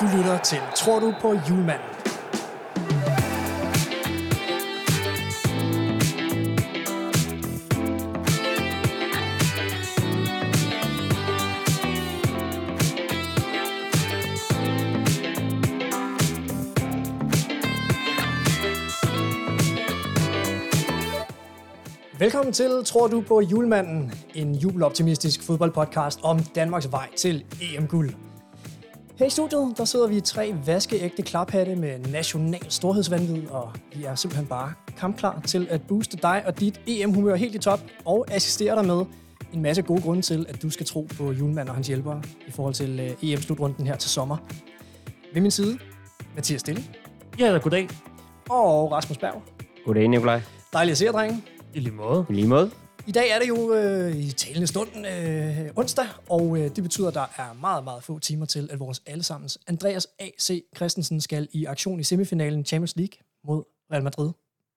Du lytter til Tror du på julemanden? Velkommen til Tror du på julemanden? En jubeloptimistisk fodboldpodcast om Danmarks vej til EM-guld. Her i studiet, der sidder vi i tre vaskeægte klaphatte med national storhedsvandvid, og vi er simpelthen bare kampklar til at booste dig og dit EM-humør helt i top, og assistere dig med en masse gode grunde til, at du skal tro på julemanden og hans hjælpere i forhold til øh, EM-slutrunden her til sommer. Ved min side, Mathias Stille Ja, da, goddag. og Rasmus Berg. Goddag, Nikolaj. Dejligt at se jer, drenge. I lige måde. I lige måde. I dag er det jo øh, i talende stund øh, onsdag, og øh, det betyder, at der er meget, meget få timer til, at vores allesammens Andreas A.C. Christensen skal i aktion i semifinalen Champions League mod Real Madrid.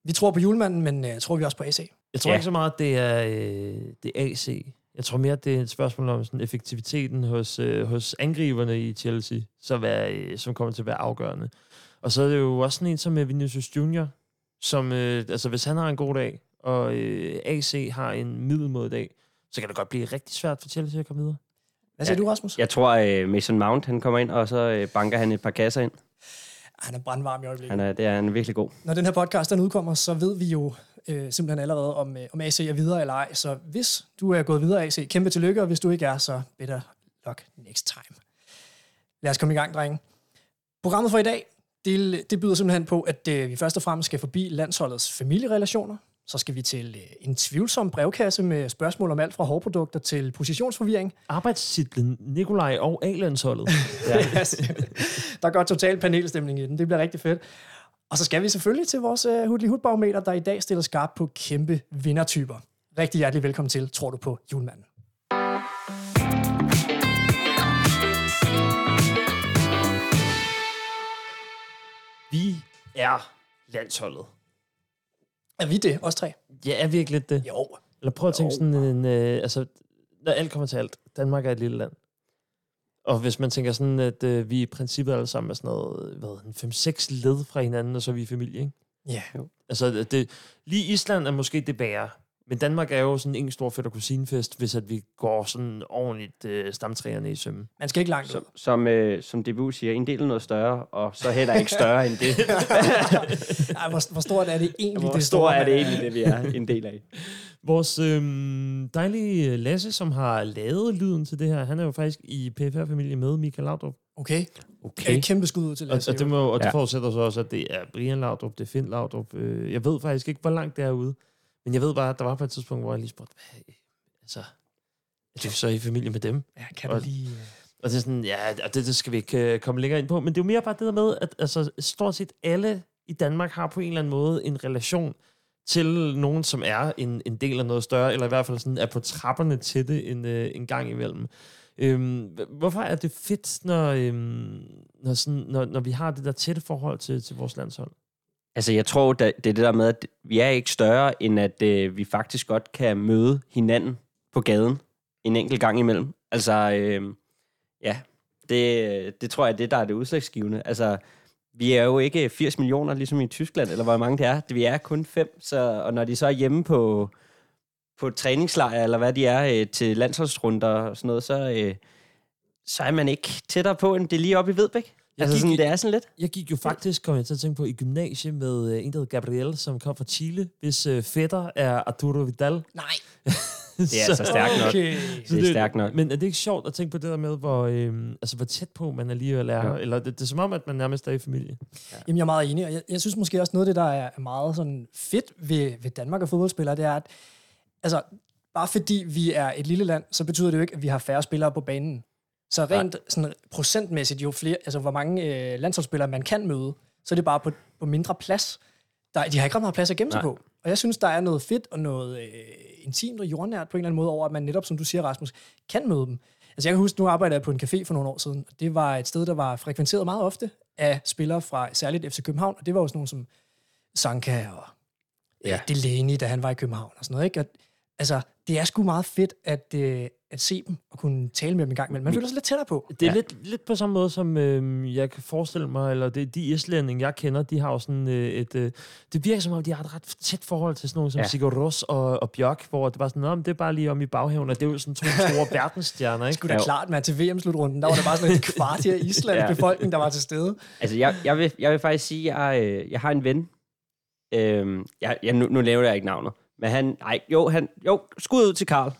Vi tror på julemanden, men øh, tror vi også på AC? Jeg tror Ja. ja. ikke så meget, at det er, øh, det er AC. Jeg tror mere, at det er et spørgsmål om sådan, effektiviteten hos, øh, hos angriberne i Chelsea, som, er, øh, som kommer til at være afgørende. Og så er det jo også sådan en som øh, Vinicius Junior, som, øh, altså hvis han har en god dag, og øh, AC har en middelmodig dag, så kan det godt blive rigtig svært for Chelsea at komme videre. Hvad siger ja. Ja. du, Rasmus? Ja. Jeg tror, øh, Mason Mount han kommer ind, og så øh, banker han et par kasser ind. Ah, Han er brandvarm i øjeblikket. Han er, det er han virkelig god. Når den her podcast den udkommer, så ved vi jo øh, simpelthen allerede, om, øh, om AC er videre eller ej. Så hvis du er gået videre AC, kæmpe tillykke, og hvis du ikke er, så better luck next time. Lad os komme i gang, drenge. Programmet for i dag, det, det byder simpelthen på, at øh, vi først og fremmest skal forbi landsholdets familierelationer. Så skal vi til øh, en tvivlsom brevkasse med spørgsmål om alt fra hårprodukter til positionsforvirring. Arbejdstitlen Nikolaj og A-landsholdet. Yes. der går total panelstemning i den. Det bliver rigtig fedt. Og så skal vi selvfølgelig til vores øh, hudlig hudbarometer, der i dag stiller skarp på kæmpe vindertyper. Rigtig hjertelig velkommen til, tror du på julemanden. Vi er landsholdet. Er vi det, os tre? Ja, er vi ikke lidt det? Jo. Eller prøv at tænke Jo. sådan en... Øh, altså, når alt kommer til alt, Danmark er et lille land. Og hvis man tænker sådan, at øh, vi i princippet alle sammen er sådan noget, øh, hvad, en 5-6 led fra hinanden, og så er vi i familie, ikke? Ja. Altså, det, lige Island er måske det bære, men Danmark er jo sådan en stor fedt- og kusinefest, hvis at vi går sådan ordentligt øh, stamtræerne i sømme. Man skal ikke langt ud. Som, som, øh, som DBU siger, en del er noget større, og så heller ikke større end det. Ej, hvor, hvor stort er det egentlig? Hvor det stor store, er det man egentlig, det vi er en del af? Vores øhm, dejlige Lasse, som har lavet lyden til det her, han er jo faktisk i PFR-familie med Michael Laudrup. Okay. Okay. okay. Kæmpe skud ud til Og, Lasse. og det, må, og det Ja. ja. forudsætter så også, at det er Brian Laudrup, det er Finn Laudrup. Øh, jeg ved faktisk ikke, hvor langt det er ude. Men jeg ved bare, at der var på et tidspunkt, hvor jeg lige spurgte, hvad, øh, altså, er du så i familie med dem? ja, kan og- du lige... øh, Og det er sådan, ja, og det, det skal vi ikke øh, komme længere ind på. Men det er jo mere bare det der med, at altså, stort set alle i Danmark har på en eller anden måde en relation til nogen, som er en, en del af noget større, eller i hvert fald sådan er på trapperne til det en, øh, en gang imellem. Øhm, h- hvorfor er det fedt, når, øhm, når, sådan, når, når vi har det der tætte forhold til, til vores landshold? Altså, jeg tror, da- det er det der med, at vi er ikke større, end at øh, vi faktisk godt kan møde hinanden på gaden en enkelt gang imellem. Altså, øh, ja, det, øh, det tror jeg er det, der er det udslagsgivende. Altså, vi er jo ikke 80 millioner, ligesom i Tyskland, eller hvor mange det er. Vi er kun fem, så, og når de så er hjemme på, på træningslejr, eller hvad de er, øh, til landsholdsrunder og sådan noget, så, øh, så er man ikke tættere på, end det er lige oppe i Vedbæk. Jeg Altså, gik sådan, i- det er sådan lidt. Jeg gik jo faktisk, kom jeg til at tænke på, i gymnasie med øh, en, der hed Gabriel, som kom fra Chile, hvis øh, fætter er Arturo Vidal. Nej. Det er altså stærkt nok. Okay. Så Det er stærkt nok. Men er det ikke sjovt at tænke på det der med, hvor, øhm, altså, hvor tæt på man alligevel er? Ja. Ja. Eller det, det er som om, at man nærmest er i familie. Jamen, jeg er meget enig, og jeg, jeg synes måske også noget af det, der er er meget sådan fedt ved, ved Danmark og fodboldspillere, det er, at altså, bare fordi vi er et lille land, så betyder det jo ikke, at vi har færre spillere på banen. Så rent sådan procentmæssigt, jo flere, altså hvor mange øh, landsholdsspillere man kan møde, så er det bare på, på mindre plads. Der, de har ikke ret meget plads at gemme sig Nej. på. Og jeg synes, der er noget fedt og noget øh, intimt og jordnært på en eller anden måde over, at man netop, som du siger, Rasmus, kan møde dem. Altså jeg kan huske, nu arbejdede jeg på en café for nogle år siden, og det var et sted, der var frekventeret meget ofte af spillere fra særligt FC København, og det var jo sådan nogle som Sanka og ja. Delaney, da han var i København og sådan noget. Ikke? Og, altså, det er sgu meget fedt, at, øh, at se dem og kunne tale med dem en gang imellem. Man føler sig lidt tættere på. Det er ja. Ja. lidt, lidt på samme måde, som øh, jeg kan forestille mig, eller det, de islændinge, jeg kender, de har jo sådan øh, et... Øh, det virker som om, de har et ret tæt forhold til sådan nogle som ja. Ja. Sigur Rós og, og Bjørk, hvor det var sådan, "Nå, men det er bare lige om i baghaven, og det er jo sådan to store verdensstjerner, ikke? Det er Ja. klart, man til VM-slutrunden, der var der bare sådan en kvart her i Island Ja. befolkning, der var til stede. Altså, jeg, jeg, vil, jeg vil faktisk sige, at jeg, øh, jeg har en ven. Øhm, jeg, jeg, nu, nu laver jeg ikke navnet. Men han, nej, jo, han, jo, skud ud til Karl.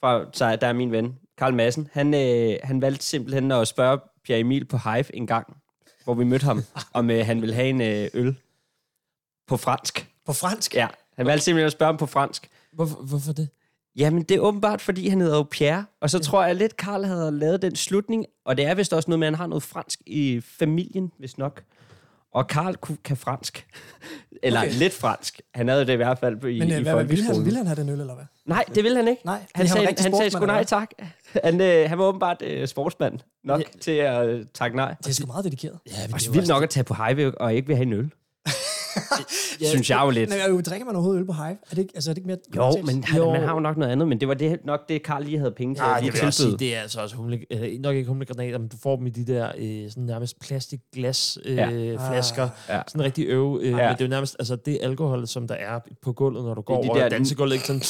Fra, så der er min ven, Karl Madsen. Han, øh, han valgte simpelthen at spørge Pierre Emil på Hive en gang, hvor vi mødte ham, om øh, han ville have en øh, øl på fransk. På fransk. Ja, han valgte simpelthen at spørge ham på fransk. Hvorfor, hvorfor det? Jamen, det er åbenbart, fordi han hedder jo Pierre. Og så tror jeg lidt, Karl havde lavet den slutning. Og det er vist også noget med, at han har noget fransk i familien, hvis nok. Og Karl kunne- kan fransk. Eller Okay. okay. lidt fransk. Han havde det i hvert fald i, Men i øh, hvad, hvad, ville, han, ville han have den øl, eller hvad? Nej, det ville han ikke. Nej, fordi han han var sagde, rigtig han sagde sgu sportsmand, nej tak. Han, øh, han var åbenbart øh, sportsmand nok ja. til at øh, takke nej. Det er sgu meget dedikeret. Ja, men Også vildt nok at tage på highway og ikke vil have en øl. synes jeg jo lidt. Nej, jo, øh, drikker man overhovedet øl på Hive? Er det ikke, altså, er det ikke mere... Jo, men han, Jo. man har jo nok noget andet, men det var det, nok det, Karl lige havde penge til. Nej, at lige det vil jeg tilbyde. sige, det er altså også humle, øh, nok ikke humlegranater, men du får dem i de der øh, sådan nærmest plastikglasflasker. Øh, Ja. Ah. flasker. Ja. Ah, Sådan rigtig øv. Øh, ja. Men Ja. det er jo nærmest altså, det alkohol, som der er på gulvet, når du går de over der- dansegulvet. Ikke? Sådan,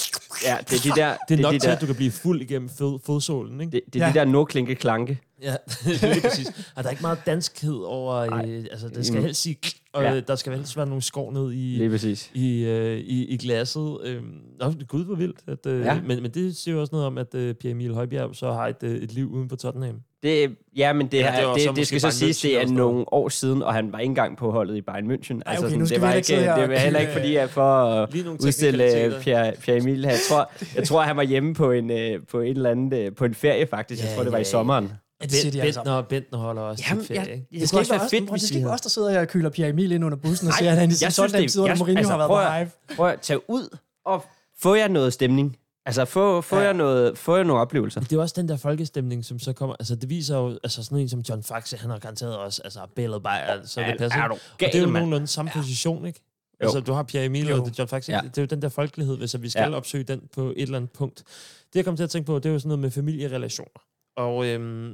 Ja, det er de der... det er nok de til, der, at du kan blive fuld igennem fed, fodsålen. Ikke? Det, det er Ja. ja. de der nordklinke klanke. Ja, det er lige præcis. Og der er ikke meget danskhed over... Øh, altså, det skal Mm. helst sige... Og Ja. ja. der skal helst være nogle skår ned i, præcis. i, øh, i, i glasset. Øh, nå, gud, hvor vildt. At, øh, ja. Ja. men, men det siger jo også noget om, at øh, Pierre Emil Højbjerg så har et, øh, et liv uden på Tottenham. Det, ja, men det, Ja, ja, det var det, så det, måske det skal bare så en siges, det München er eller sådan nogle år siden, og han var ikke engang på holdet i Bayern München. Altså, okay, nu skal vi det, heller var øh, ikke sidde her det og var heller ikke, kigge, fordi jeg for at Lige nogle udstille teknikaliteter. øh, Pierre, Pierre Emil. Jeg tror, jeg tror, han var hjemme på en, øh, på en eller anden, øh, på en ferie faktisk. Ja, jeg tror, det var ja, i sommeren. Ja, det siger Bent, de alle sammen. Bentner, Bentner holder også Jamen, Jamen, ferie, jeg- ikke? Det Det skal skal, ikke ikke være være os, fedt, fedt, hvis det skal de ikke være havde- os, der sidder her og køler Pierre Emil ind under bussen og Nej, siger, at han i jeg sin synes, sådan det- tid, under jeg- Mourinho altså, har været prøv på at- Hive. Prøv at tage ud og få jer noget stemning. Altså, få, få, Ja. ja. jer, noget, få jer nogle oplevelser. Det er jo også den der folkestemning, som så kommer... Altså, det viser jo... Altså, sådan en som John Faxe, han har garanteret også altså, billedet bare, så det Er- passer. er du og det er gal, jo mand? nogenlunde samme position, ikke? Jo. Jo. Altså, du har Pierre Emil Jo. og John Faxe. Ja. Ja. Det er jo den der folkelighed, hvis at vi skal ja. Ja. opsøge den på et eller andet punkt. Det, jeg kom til at tænke på, det er jo sådan noget med familierelationer. Og øhm,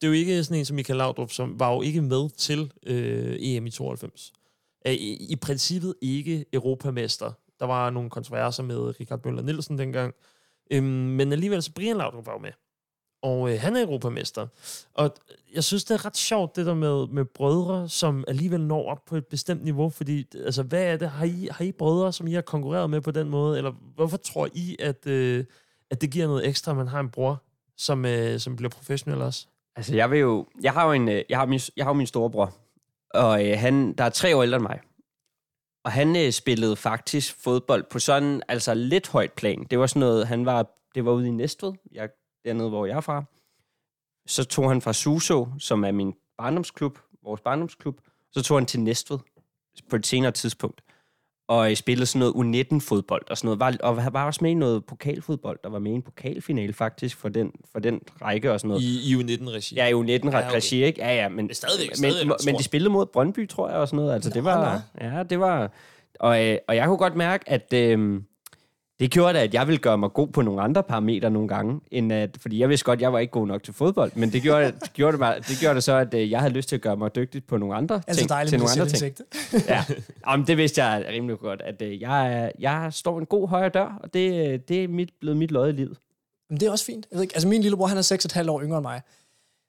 det er jo ikke sådan en som Michael Laudrup, som var jo ikke med til øh, EM i 92. Er i, i princippet ikke europamester. Der var nogle kontroverser med Richard Møller Nielsen dengang. Øhm, men alligevel, så Brian Laudrup var jo med. Og øh, han er europamester. Og jeg synes, det er ret sjovt, det der med, med brødre, som alligevel når op på et bestemt niveau. Fordi, altså, hvad er det? Har I, har I brødre, som I har konkurreret med på den måde? Eller hvorfor tror I, at, øh, at det giver noget ekstra, at man har en bror, som, øh, som bliver professionel også? Altså, jeg vil jo... Jeg har jo en... øh, Jeg har min, jeg har jo min storebror. Og øh, han, der er tre år ældre end mig. Og han øh, spillede faktisk fodbold på sådan, altså lidt højt plan. Det var sådan noget, han var, det var ude i Næstved, jeg, dernede, hvor jeg er fra. Så tog han fra Suso, som er min barndomsklub, vores barndomsklub, så tog han til Næstved på et senere tidspunkt. Og øh, spillede sådan noget U19-fodbold og sådan noget. Var, og han var også med i noget pokalfodbold, der var med i en pokalfinale faktisk for den, for den række og sådan noget. I, i U19-regi? Ja, jo 19 Ja, ret okay. regi, ikke? Ja, ja, men, stadigvæk- men, stadigvæk men, stort. men de spillede mod Brøndby, tror jeg, og sådan noget. Altså, det var... Ja, det var... Og, øh, og jeg kunne godt mærke, at øh, det gjorde da, at jeg ville gøre mig god på nogle andre parametre nogle gange, end at, fordi jeg vidste godt, at jeg var ikke god nok til fodbold, men det gjorde, det gjorde, det mig, det gjorde det så, at øh, jeg havde lyst til at gøre mig dygtig på nogle andre Altså ting. dejligt til med nogle det andre ting. selvindsigt. Ja, Jamen, det vidste jeg rimelig godt, at øh, jeg, er- jeg står en god højre dør, og det, øh, det er mit, blevet mit lod i livet. Men det er også fint. Jeg ved ikke, altså min lillebror, han er 6,5 år yngre end mig.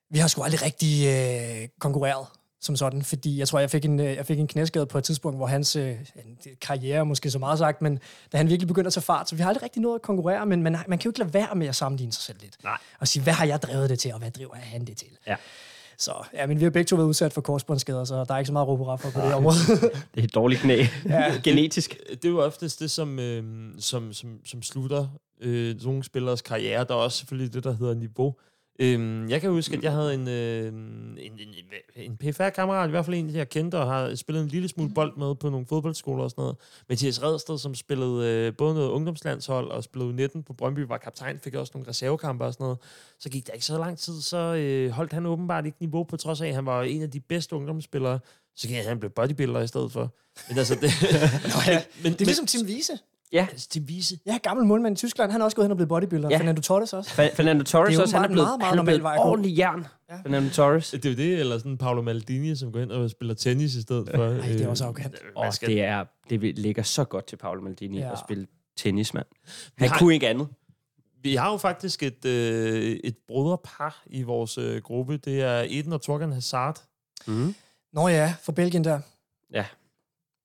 Vi har sgu aldrig rigtig øh, konkurreret som sådan, fordi jeg tror, jeg fik en, øh, jeg fik en knæskade på et tidspunkt, hvor hans øh, det- karriere er måske så meget sagt, men da han virkelig begyndte at tage fart, så vi har aldrig rigtig nået at konkurrere, men man, man kan jo ikke lade være med at sammenligne sig selv lidt. Nej. Og sige, hvad har jeg drevet det til, og hvad driver han det til? Ja. Så ja, men vi har begge to været udsat for korsbåndsskader, så der er ikke så meget råb hurra for på det område. Det er et dårligt knæ. Ja. Ja. Genetisk. det er jo oftest det, som, øh, som, som, som slutter øh, nogle spillers karriere. Der er også selvfølgelig det, der hedder niveau. Øhm, jeg kan huske, at jeg havde en, øh, en, en, en PFR-kammerat, i hvert fald en, jeg kendte og har spillet en lille smule bold med på nogle fodboldskoler og sådan noget. Mathias Redsted, som spillede øh, både noget ungdomslandshold og spillede 19 på Brøndby, var kaptajn, fik også nogle reservekampe og sådan noget. Så gik der ikke så lang tid, så øh, holdt han åbenbart ikke niveau, på trods af, at han var en af de bedste ungdomsspillere. Så gik han blev bodybuilder i stedet for. Men altså, det, Nå, ja. men, Det er ligesom Tim Wiese. Ja. til vise. Ja, gammel målmand i Tyskland, han er også gået hen og blevet bodybuilder. Ja. Ja. Fernando Torres også. Fer- Fernando Torres Det er også, han åbenbart er en blevet, meget, meget han er blevet normal vej at gå. ordentlig jern. Ja. Fernando Torres. Det er jo det, eller sådan Paolo Maldini, som går ind og spiller tennis i stedet for. øh. Ej, det er også arrogant. Og det, er, det vil- ligger så godt til Paolo Maldini Ja. ja. at spille tennis, mand. Han har- kunne ikke andet. Vi har jo faktisk et, øh, et broderpar i vores øh, gruppe. Det er Eden og Torgan Hazard. Mhm. Mm. Nå ja, for Belgien der. Ja.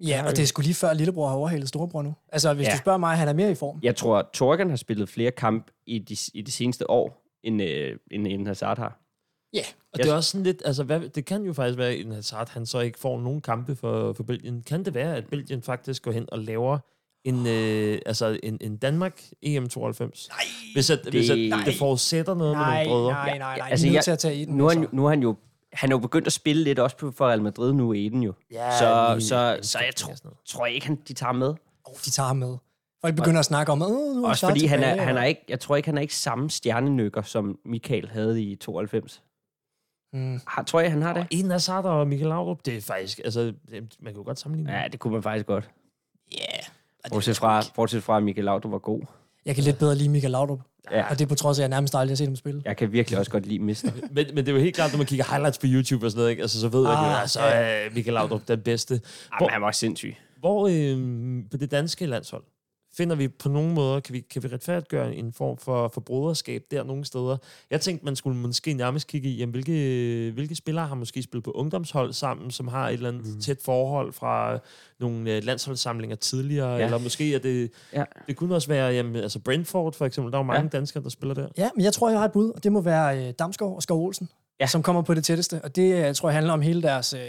Ja, og det er sgu lige før lillebror har overhalet storebror nu. Altså, hvis ja. Ja. du spørger mig, han er mere i form. Jeg tror, at Torgan har spillet flere kampe i de, i de seneste år, end, øh, end, end Hazard har. Og Jeg- det er også sådan lidt, altså hvad, det kan jo faktisk være, at en Hazard han så ikke får nogen kampe for, for Belgien. Kan det være, at Belgien faktisk går hen og laver en, øh, altså en, en Danmark EM92? Nej, hvis at, det, hvis at Nej. det forudsætter noget med Nej, nogle brødre. nej, nej, nej. altså, Altså, jeg, jeg- til at tage i den. Nu er han, altså. jo- nu er han jo han er jo begyndt at spille lidt også på- for Real Madrid nu i Eden jo. Ja, så, lige- så, lige- så jeg tror, sådan noget. tror jeg ikke, han de tager ham med. oh, de tager ham med. Folk begynder at snakke om, at nu er Også Hazard fordi han er, tilbage, han er og- ikke, jeg tror ikke, han er ikke samme stjernenykker, som Michael havde i 92. Mm. Har, tror jeg, han har det? Og Eden Hazard og Michael Laudrup, det er faktisk, altså det- man kan jo godt sammenligne Ja, dem. det kunne man faktisk godt. Yeah. Bortset fra, bortset fra at Michael Laudrup var god. Jeg kan lidt bedre lide Michael Laudrup. Ja. Og det er på trods af, at jeg nærmest aldrig har set ham spille. Jeg kan virkelig også godt lide Mister. Men, men det er jo helt klart, når man kigger highlights på YouTube og sådan noget, ikke? Altså, så ved ah, man Ah, jo, altså, øh, Michael Laudrup den bedste. Jamen, han var sindssyg. Hvor øh, på det danske landshold finder vi på nogle måder, kan vi, kan vi retfærdiggøre en form for, for broderskab der nogle steder? Jeg tænkte, man skulle måske nærmest kigge i, jamen, hvilke, hvilke spillere har måske spillet på ungdomshold sammen, som har et eller andet mm. tæt forhold fra nogle øh, landsholdssamlinger tidligere, ja. Ja. eller måske er det, Ja. det kunne også være, jamen, altså Brentford for eksempel, der er jo mange ja. danskere, der spiller der. Ja, men jeg tror, jeg har et bud, og det må være øh, Damskov og Skov Olsen, ja. Ja. som kommer på det tætteste. Og det øh, tror jeg handler om hele deres... Øh,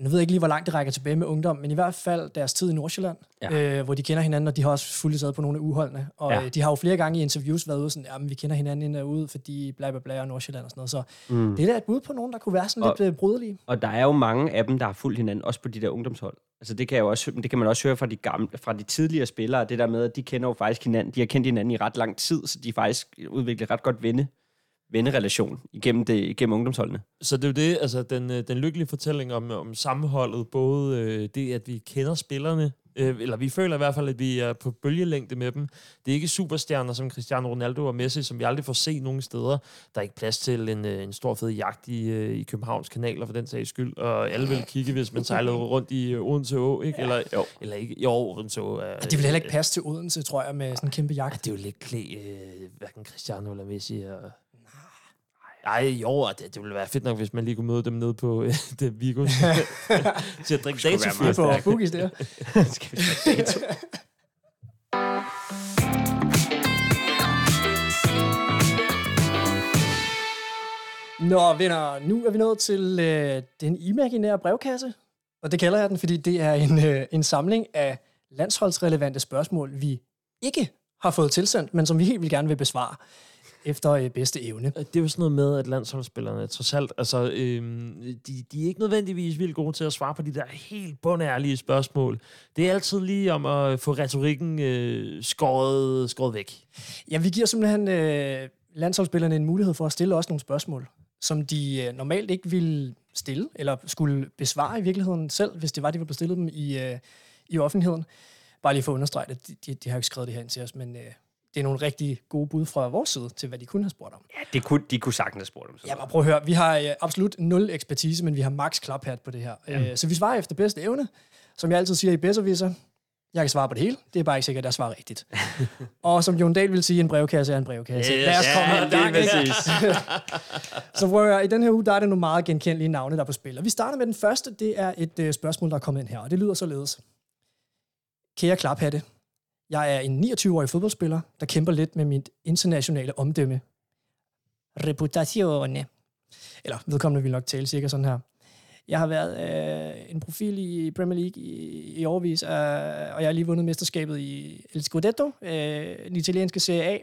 jeg ved jeg ikke lige, hvor langt det rækker tilbage med ungdom, men i hvert fald deres tid i Nordsjælland, ja. Ja. øh, hvor de kender hinanden, og de har også fuldt sad på nogle af uholdene. Og ja. Ja. øh, de har jo flere gange i interviews været ude sådan, jamen vi kender hinanden ind og ud, fordi bla bla bla og Nordsjælland og sådan noget. Så mm. det er da et bud på nogen, der kunne være sådan og... Og- lidt øh, brydelige. Og der er jo mange af dem, der har fulgt hinanden, også på de der ungdomshold. Altså det kan, jeg jo også, det kan man også høre fra de, gamle, fra de tidligere spillere, det der med, at de kender jo faktisk hinanden. De har kendt hinanden i ret lang tid, så de har faktisk udviklet ret godt venne, vennerelation igennem, det, igennem ungdomsholdene. Så det er jo det, altså den, øh, den lykkelige fortælling om, om sammenholdet, både øh, det, at vi kender spillerne, øh, eller vi føler i hvert fald, at vi er på bølgelængde med dem. Det er ikke superstjerner som Cristiano Ronaldo og Messi, som vi aldrig får se nogen steder. Der er ikke plads til en, øh, en stor fed jagt i, øh, i Københavns kanaler, for den sags skyld, og alle vil kigge, hvis man sejlede rundt i øh, Odense Å, ikke? Eller, jo. eller ikke, jo, Odense Å er... Og det vil heller ikke passe til Odense, tror jeg, med sådan en kæmpe jagt. Ah, Det er jo lidt klæ, øh, hverken Cristiano eller Messi. Og... Nej, jo, og det, det ville være fedt nok, hvis man lige kunne møde dem nede på øh, det Vigo. til at drikke være datafyr Det på. er på Bugis der. Skal vi tage dato? Nå, venner, nu er vi nået til øh, den imaginære brevkasse. Og det kalder jeg den, fordi det er en, øh, en samling af landsholdsrelevante spørgsmål, vi ikke har fået tilsendt, men som vi helt vil gerne vil besvare efter øh, bedste evne. Det er jo sådan noget med, at landsholdsspillerne trods alt, altså, øhm, de, de er ikke nødvendigvis vildt gode til at svare på de der helt bundærlige spørgsmål. Det er altid lige om at få retorikken øh, skåret, skåret væk. Ja, vi giver simpelthen øh, landsholdsspillerne en mulighed for at stille også nogle spørgsmål, som de øh, normalt ikke ville stille, eller skulle besvare i virkeligheden selv, hvis det var, de ville bestille dem i, øh, i offentligheden. Bare lige for at understrege det, de, de, de har jo ikke skrevet det her ind til os, men øh, det er nogle rigtig gode bud fra vores side til, hvad de kunne have spurgt om. Ja, det kunne, de kunne sagtens have spurgt om sådan Ja, noget. men prøv at høre, vi har øh, absolut nul ekspertise, men vi har max klaphat på det her. Øh, så vi svarer efter bedste evne, som jeg altid siger i bedserviser. Jeg kan svare på det hele, det er bare ikke sikkert, at jeg svarer rigtigt. og som Jon Dahl vil sige, en brevkasse er en brevkasse. Yes. Lad os komme Ja, i det er gang, ikke? Så prøv at høre, i den her uge, der er det nogle meget genkendelige navne, der er på spil. Og vi starter med den første, det er et øh, spørgsmål, der er kommet ind her, og det lyder således. Kære klaphatte, jeg er en 29-årig fodboldspiller, der kæmper lidt med mit internationale omdømme. Reputationen. Eller vedkommende vil nok tale cirka sådan her. Jeg har været øh, en profil i Premier League i, i årvis, øh, og jeg har lige vundet mesterskabet i El Scudetto, øh, den italienske Serie A.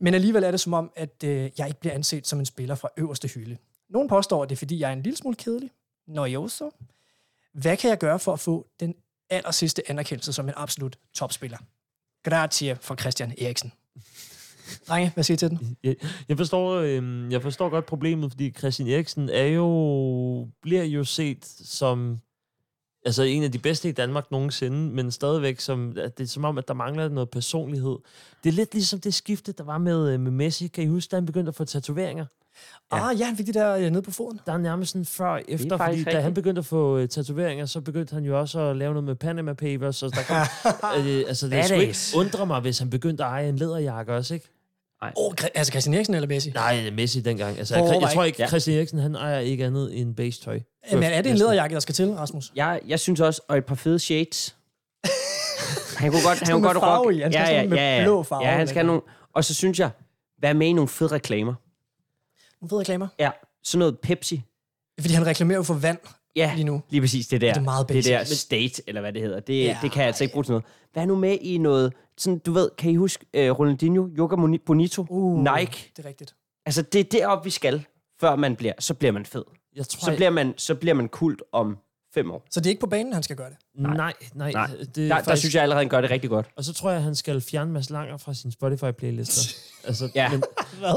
Men alligevel er det som om, at øh, jeg ikke bliver anset som en spiller fra øverste hylde. Nogen påstår, at det er, fordi jeg er en lille smule kedelig. Nå jo så. Hvad kan jeg gøre for at få den aller sidste anerkendelse som en absolut topspiller? Grazie fra Christian Eriksen. Drenge, hvad siger I til den? Jeg, jeg, forstår, øhm, jeg forstår godt problemet, fordi Christian Eriksen er jo, bliver jo set som altså en af de bedste i Danmark nogensinde, men stadigvæk, som, at det er som om, at der mangler noget personlighed. Det er lidt ligesom det skifte, der var med, øh, med Messi. Kan I huske, da han begyndte at få tatoveringer? Ja. Ah, ja, han fik det der øh, nede på foden. Der er nærmest sådan før og efter, fordi faktisk da han rigtigt. begyndte at få øh, tatoveringer, så begyndte han jo også at lave noget med Panama Papers, så der kom, øh, altså det skulle ikke Badass. undre mig, hvis han begyndte at eje en læderjakke også, ikke? Åh, oh, altså Christian Eriksen eller Messi? Nej, Messi dengang. Altså, Åh, jeg, jeg nej. tror ikke, Ja. Christian Eriksen, han ejer ikke andet end base tøj. Men er det en læderjakke, der skal til, Rasmus? Jeg, jeg synes også, og et par fede shades. han kunne godt, han Sådan kunne med godt farve rocke. i. Han skal have sådan med blå farve Ja, han eller skal have nogle... Og så synes jeg, vær med i nogle fede reklamer. Nogle fede reklamer. Ja, sådan noget Pepsi. Fordi han reklamerer jo for vand Ja, lige nu. lige præcis det der. Det er meget det der basic. state, eller hvad det hedder. Det, Ja, ja, det kan jeg altså ikke bruge til noget. Vær nu med i noget... Sådan, du ved, kan I huske uh, Ronaldinho, Yoga Moni- Bonito, uh. Nike? Det er rigtigt. Altså, det er deroppe, vi skal, før man bliver... Så bliver man fed. Jeg tror, Så bliver man, så bliver man kult om fem år. Så det er ikke på banen, han skal gøre det. Nej, nej. nej. Nej. Det er Der, der synes jeg allerede, han gør det rigtig godt. Og så tror jeg, han skal fjerne Mads Langer fra sin Spotify-playlister. altså, Ja. men,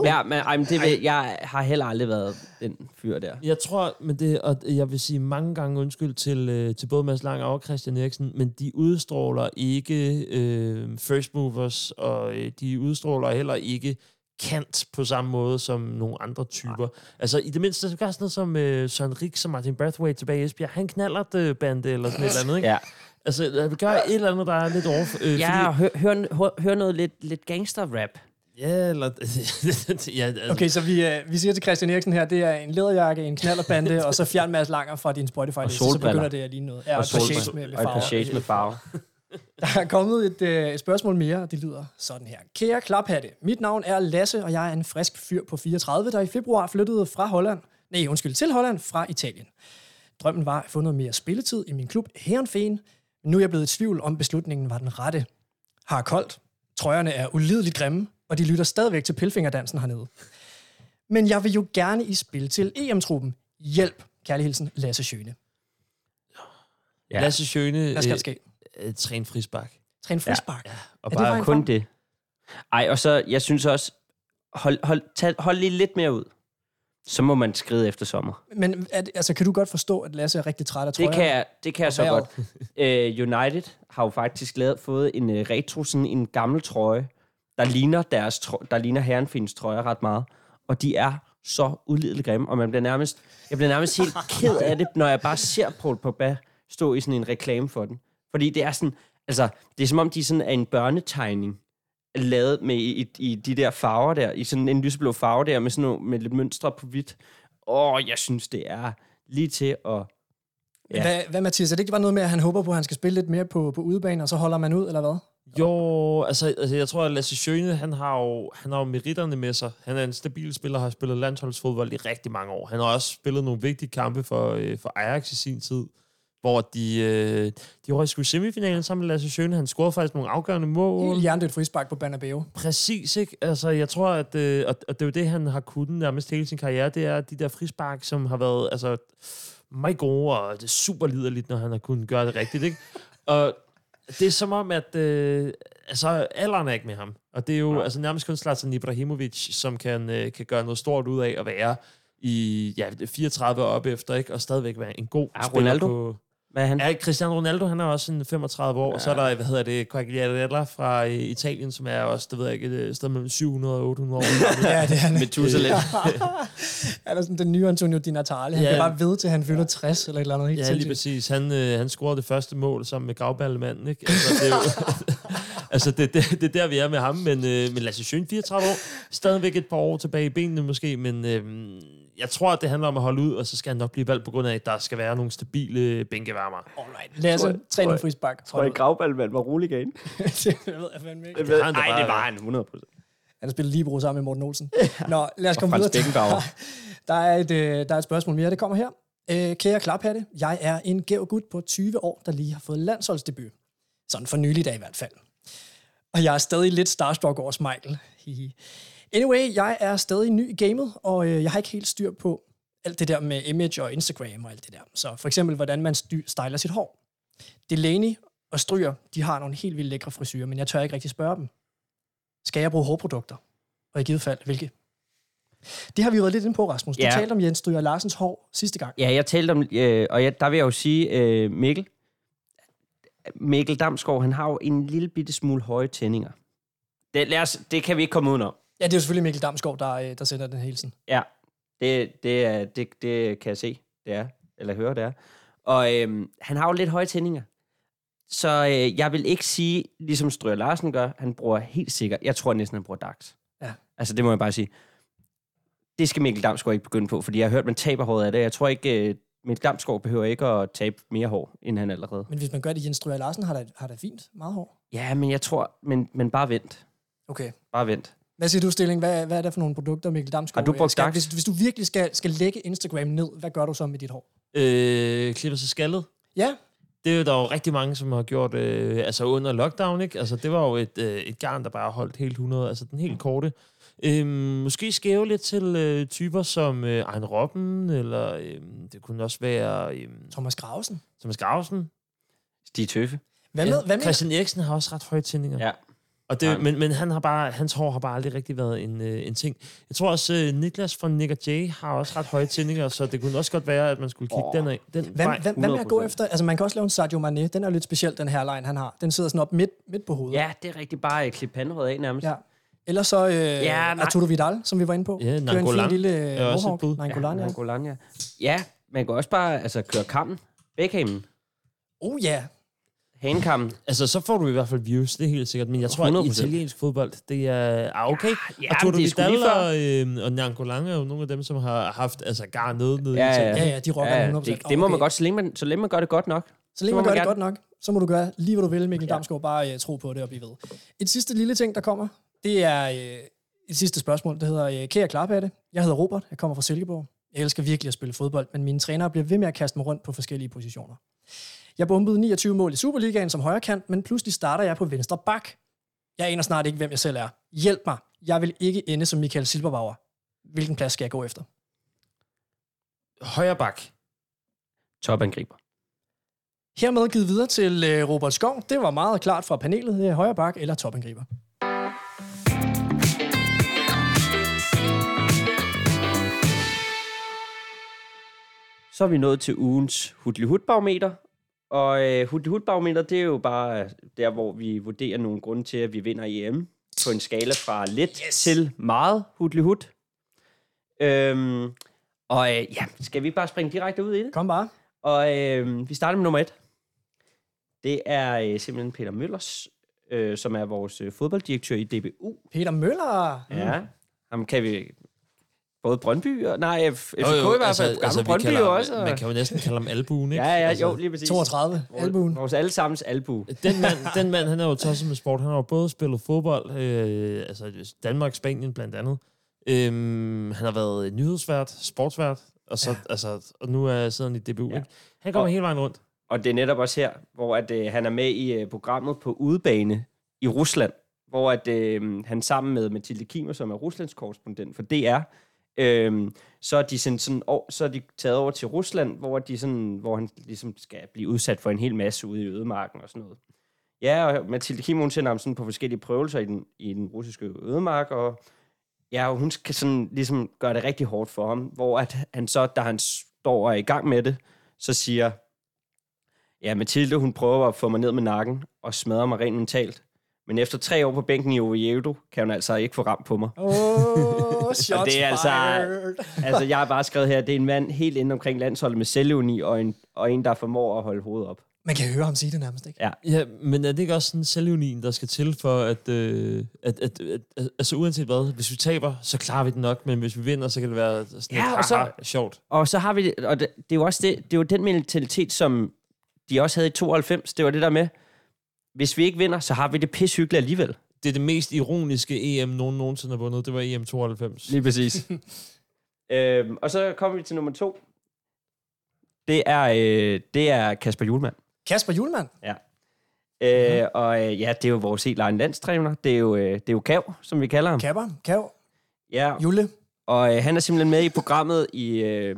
Ja, men, ej, men det vil, jeg har heller aldrig været den fyr der. jeg tror, men det, og jeg vil sige mange gange undskyld til, øh, til både Mads Langer og Christian Eriksen, men de udstråler ikke øh, first movers, og øh, de udstråler heller ikke kant på samme måde som nogle andre typer. Nej. Altså i det mindste, så gør sådan noget som øh, Søren Rik og Martin Brathwaite tilbage i Esbjerg. Han knaller øh, bande eller sådan et eller andet, ikke? Ja. Altså, vi gør et eller andet, der er lidt over... Øh, Ja, og hør, hør, hør, hør noget lidt, lidt gangster-rap. Ja, eller... ja, altså, Okay, så vi, øh, vi siger til Christian Eriksen her, det er en læderjakke, en knallerbande, og så fjern Mads Langer fra din Spotify-liste, så solbriller. begynder det at ligne noget. Ja, og, og solbriller. med, med Og et par farver. shades med farve. Der er kommet et, øh, et spørgsmål mere, og det lyder sådan her. Kære Klaphatte, mit navn er Lasse, og jeg er en frisk fyr på 34, der i februar flyttede fra Holland, nej undskyld, til Holland fra Italien. Drømmen var at få noget mere spilletid i min klub Herrenfen, men nu er jeg blevet i tvivl om beslutningen var den rette. Har koldt, trøjerne er ulideligt grimme, og de lytter stadigvæk til pilfingerdansen hernede. Men jeg vil jo gerne i spil til EM-truppen. Hjælp! Kærlig hilsen, Lasse Sjøne. ja. Lasse Sjøne... Hvad skal der ske? øh, øh, træn frisbak. Træn frispark. Ja, Og Er det bare, vejen? det Kun det. Ej, og så, jeg synes også, hold, hold, tag, hold lige lidt mere ud. Så må man skride efter sommer. Men er det, altså, kan du godt forstå, at Lasse er rigtig træt af trøjerne? Det kan jeg, det kan jeg så vejret. godt. Øh, United har jo faktisk lavet, fået en øh, retro, sådan en gammel trøje, der ligner, deres, trø- der ligner herrenfins trøjer ret meget. Og de er så ulideligt grimme, og man bliver nærmest, jeg bliver nærmest helt ked af det, når jeg bare ser Paul Pogba stå i sådan en reklame for den. Fordi det er sådan, altså, det er som om, de sådan er en børnetegning lavet med i, i, i de der farver der, i sådan en lyseblå farve der, med sådan nogle, med lidt mønstre på hvidt. Åh, jeg synes, det er lige til at Ja. Ja. Hvad, hvad Mathias, er det ikke bare noget med, at han håber på, at han skal spille lidt mere på, på udebane, og så holder man ud, eller hvad? Jo, altså, altså jeg tror, at Lasse Sjøne, han har, jo, han har jo meritterne med sig. Han er en stabil spiller, har spillet landsholdsfodbold i rigtig mange år. Han har også spillet nogle vigtige kampe for, øh, for Ajax i sin tid, hvor de, øh, de røg sgu i semifinalen sammen med Lasse Sjøne. Han scorede faktisk nogle afgørende mål. Helt hjernedødt frispark på Banabeo. Præcis, ikke? Altså, jeg tror, at... Øh, og, og det er jo det, han har kunnet nærmest hele sin karriere, det er de der frispark, som har været altså, meget gode, og det er super liderligt, når han har kunnet gøre det rigtigt, ikke? Og det er som om, at... Øh, altså, alderen er ikke med ham. Og det er jo altså, nærmest kun Zlatan Ibrahimovic, som kan, øh, kan gøre noget stort ud af at være i ja, 34 og op efter, ikke? Og stadigvæk være en god Ah, spiller Ronaldo? på... Hvad er han? Ja, Cristiano Ronaldo, han er også en 35 år, Mm. ja. og så er der, hvad hedder det, Quagliarella fra øh, Italien, som er også, det ved jeg ikke, et øh, sted mellem 700 og 800 år. Ja, det er han. Methuselah. er der sådan den nye Antonio Di Natale? Han Ja. ja. bliver bare ved til, han fylder 60 eller et eller andet. Helt ja, lige sindssygt. præcis. Han, øh, han scorede det første mål sammen med gravballemanden, ikke? Altså, det er jo, altså, det, det, det er der, vi er med ham, men, øh, men Lasse Sjøen, 34 år, stadigvæk et par år tilbage i benene måske, men øh, jeg tror, at det handler om at holde ud, og så skal han nok blive valgt på grund af, at der skal være nogle stabile bænkevarmer. Alright. Lasse, træn en frispark. Tror jeg, Gravballmand var rolig igen. det ved jeg fandme ikke. han da Nej, bare, det var ja. han 100 procent. Han har spillet Libro sammen med Morten Olsen. Nå, lad os komme Frans videre. til- Beckenbauer. der, er et, øh, der er et spørgsmål mere, det kommer her. Øh, kære klaphatte, jeg er en gæv gut på 20 år, der lige har fået landsholdsdebut. Sådan for nylig da i hvert fald. Og jeg er stadig lidt starstruck over Michael. Hihi. Anyway, jeg er stadig ny i gamet, og øh, jeg har ikke helt styr på alt det der med image og Instagram og alt det der. Så for eksempel, hvordan man sty- styler sit hår. Delaney og Stryger, de har nogle helt vildt lækre frisyrer, men jeg tør ikke rigtig spørge dem. Skal jeg bruge hårprodukter? Og i givet fald, hvilke? Det har vi jo været lidt inde på, Rasmus. Du Ja. talte om Jens Stryger Larsens hår sidste gang. Ja, jeg talte om, øh, og jeg, der vil jeg jo sige, øh, Mikkel, Mikkel Damsgaard, han har jo en lille bitte smule høje tændinger. Det, lad os, det kan vi ikke komme udenom. Ja, det er jo selvfølgelig Mikkel Damsgaard, der, øh, der sender den hilsen. Ja, det, det, er, det, det kan jeg se, det er, eller høre, det er. Og øhm, han har jo lidt høje tændinger. Så øh, jeg vil ikke sige, ligesom Strøger Larsen gør, han bruger helt sikkert, jeg tror næsten, han bruger DAX. Ja. Altså, det må jeg bare sige. Det skal Mikkel Damsgaard ikke begynde på, fordi jeg har hørt, man taber håret af det. Jeg tror ikke, øh, Mikkel Damsgaard behøver ikke at tabe mere hår, end han allerede. Men hvis man gør det, Jens Strøger Larsen har da, har da fint meget hår. Ja, men jeg tror, men, men bare vent. Okay. Bare vent. Hvad siger du, Stilling? Hvad, hvad er det for nogle produkter, Mikkel Damsgaard? Har du øh, brugt skal, Dax? hvis, hvis du virkelig skal, skal lægge Instagram ned, hvad gør du så med dit hår? Øh, klipper sig skaldet. Ja, Det er jo der jo rigtig mange, som har gjort øh, altså under lockdown, ikke? Altså, det var jo et, øh, et garn, der bare holdt helt 100, altså den helt korte. Øhm, måske skæve lidt til øh, typer som øh, Ejn Robben, eller øhm, det kunne også være øhm, Thomas Grausen. Thomas Gravsen. Stig Tøffe. Hvad med, hvad med Christian Eriksen har også ret høje tændinger. Ja. Og Nej. det, men, men han har bare, hans hår har bare aldrig rigtig været en, øh, en ting. Jeg tror også, øh, Niklas fra Nick og Jay har også ret høje tændinger, så det kunne også godt være, at man skulle kigge Åh. oh. den, af, den Hvad, vej. hvad, hvad med at gå 100%. efter... Altså, man kan også lave en Sadio Mane. Den er jo lidt speciel, den her line, han har. Den sidder sådan op midt, midt på hovedet. Ja, det er rigtig bare øh, at klippe pandehåret af nærmest. ja. Eller så øh, ja, nej. Arturo Vidal, som vi var inde på. Ja, Kører en fin Nangolan lille er også mohawk. et bud. Nangolan, ja. Nangolan, ja. Ja, man kan også bare altså, køre kammen. Baghammen. Oh ja. Hanekammen. Altså, så får du i hvert fald views, det er helt sikkert. Men jeg tror, 100%. at italiensk fodbold, det er ah, okay. ja, og Toto men det er sgu Vidal lige før. og, øh, og Nyanko Lange er jo nogle af dem, som har haft altså, gar nede, nede Ja, i ja. Italien. Ja, ja, de rocker Ja, den 100%. det, Åh, det må okay. man godt, så længe man, så længe man gør det godt nok. Så længe Så man må gør man det gerne- godt nok, så må du gøre lige, hvad du vil, Mikkel Ja. Damsgaard. Bare øh, tro på det og blive ved. Et sidste lille ting, der kommer, det er øh, et sidste spørgsmål. Det hedder, øh, kære Klaphatte, jeg hedder Robert, jeg kommer fra Silkeborg. Jeg elsker virkelig at spille fodbold, men mine trænere bliver ved med at kaste mig rundt på forskellige positioner. Jeg bombede 29 mål i Superligaen som højrekant, men pludselig starter jeg på venstre bak. Jeg aner snart ikke, hvem jeg selv er. Hjælp mig. Jeg vil ikke ende som Michael Silberbauer. Hvilken plads skal jeg gå efter? Højre bak. Topangriber. Hermed givet videre til øh, Robert Skov. Det var meget klart fra panelet. Øh, Højre bak eller topangriber. Så er vi nået til ugens Hudlihud-barometer. Og øh, Hudlihud-barometer, det er jo bare øh, der, hvor vi vurderer nogle grunde til, at vi vinder EM. På en skala fra lidt yes. til meget Hudlihud. Øhm, og øh, ja, skal vi ikke bare springe direkte ud i det? Kom bare. Og øh, vi starter med nummer et. Det er øh, simpelthen Peter Møllers, øh, som er vores øh, fodbolddirektør i DBU. Peter Møller. Mm. Ja. Ham kan vi... Både Brøndby og... Nej, F- FCK Jo, jo, i hvert fald. Altså, altså, vi Brøndby kalder ham- også. Og, Man kan jo næsten kalde ham albuen, ikke? ja, ja, Altså, jo, lige præcis. 32. Vores- Albuen. Vores allesammens albu. Den mand, den mand, han er jo tosset med sport. Han har jo både spillet fodbold, øh, altså Danmark, Spanien blandt andet. Øhm, han har været nyhedsvært, sportsvært, og, så, ja. altså, og nu er sidder han i DBU. Ja. Ja. Han kommer Og- og... hele vejen rundt. Og det er netop også her, hvor at, øh, han er med i øh, programmet på udebane i Rusland, hvor at, øh, han sammen med Mathilde Kimer, som er Ruslands korrespondent for DR, øh, så, er de sådan, sådan, og, så er de taget over til Rusland, hvor, de sådan, hvor han ligesom skal blive udsat for en hel masse ude i ødemarken og sådan noget. Ja, og Mathilde Kim, hun sender ham sådan på forskellige prøvelser i den, i den russiske ødemark, og ja, og hun kan sådan ligesom gøre det rigtig hårdt for ham, hvor at han så, da han står og er i gang med det, så siger, ja, Mathilde, hun prøver at få mig ned med nakken og smadrer mig rent mentalt. Men efter tre år på bænken i Oviedo, kan hun altså ikke få ramt på mig. Åh, shots Og det er altså- fired. Altså, jeg har bare skrevet her, det er en mand helt inde omkring landsholdet med selvuni og en, og en, der formår at holde hovedet op. Man kan høre ham sige det nærmest, ikke? Ja, men er det ikke også sådan selvunien, der skal til for, at, øh, at, at, at, at altså, uanset hvad, hvis vi taber, så klarer vi det nok, men hvis vi vinder, så kan det være sådan Ja, ja, og et så- så... sjovt. Og så har vi, og det, det er jo også det, det er jo den mentalitet, som de også havde i 92, det var det der med, hvis vi ikke vinder, så har vi det pishyggeligt alligevel. Det er det mest ironiske EM, nogen nogensinde har vundet. Det var E EM 92. Lige præcis. øhm, og så kommer vi til nummer to. Det er, øh, det er Kasper Julemand. Kasper Julemand. Øh, og øh, ja, det er jo vores helt egen landstræner. Det er jo, øh, det er jo Kav, som vi kalder ham. Kapper. Kav. Ja, Jule. og øh, han er simpelthen med i programmet i, øh,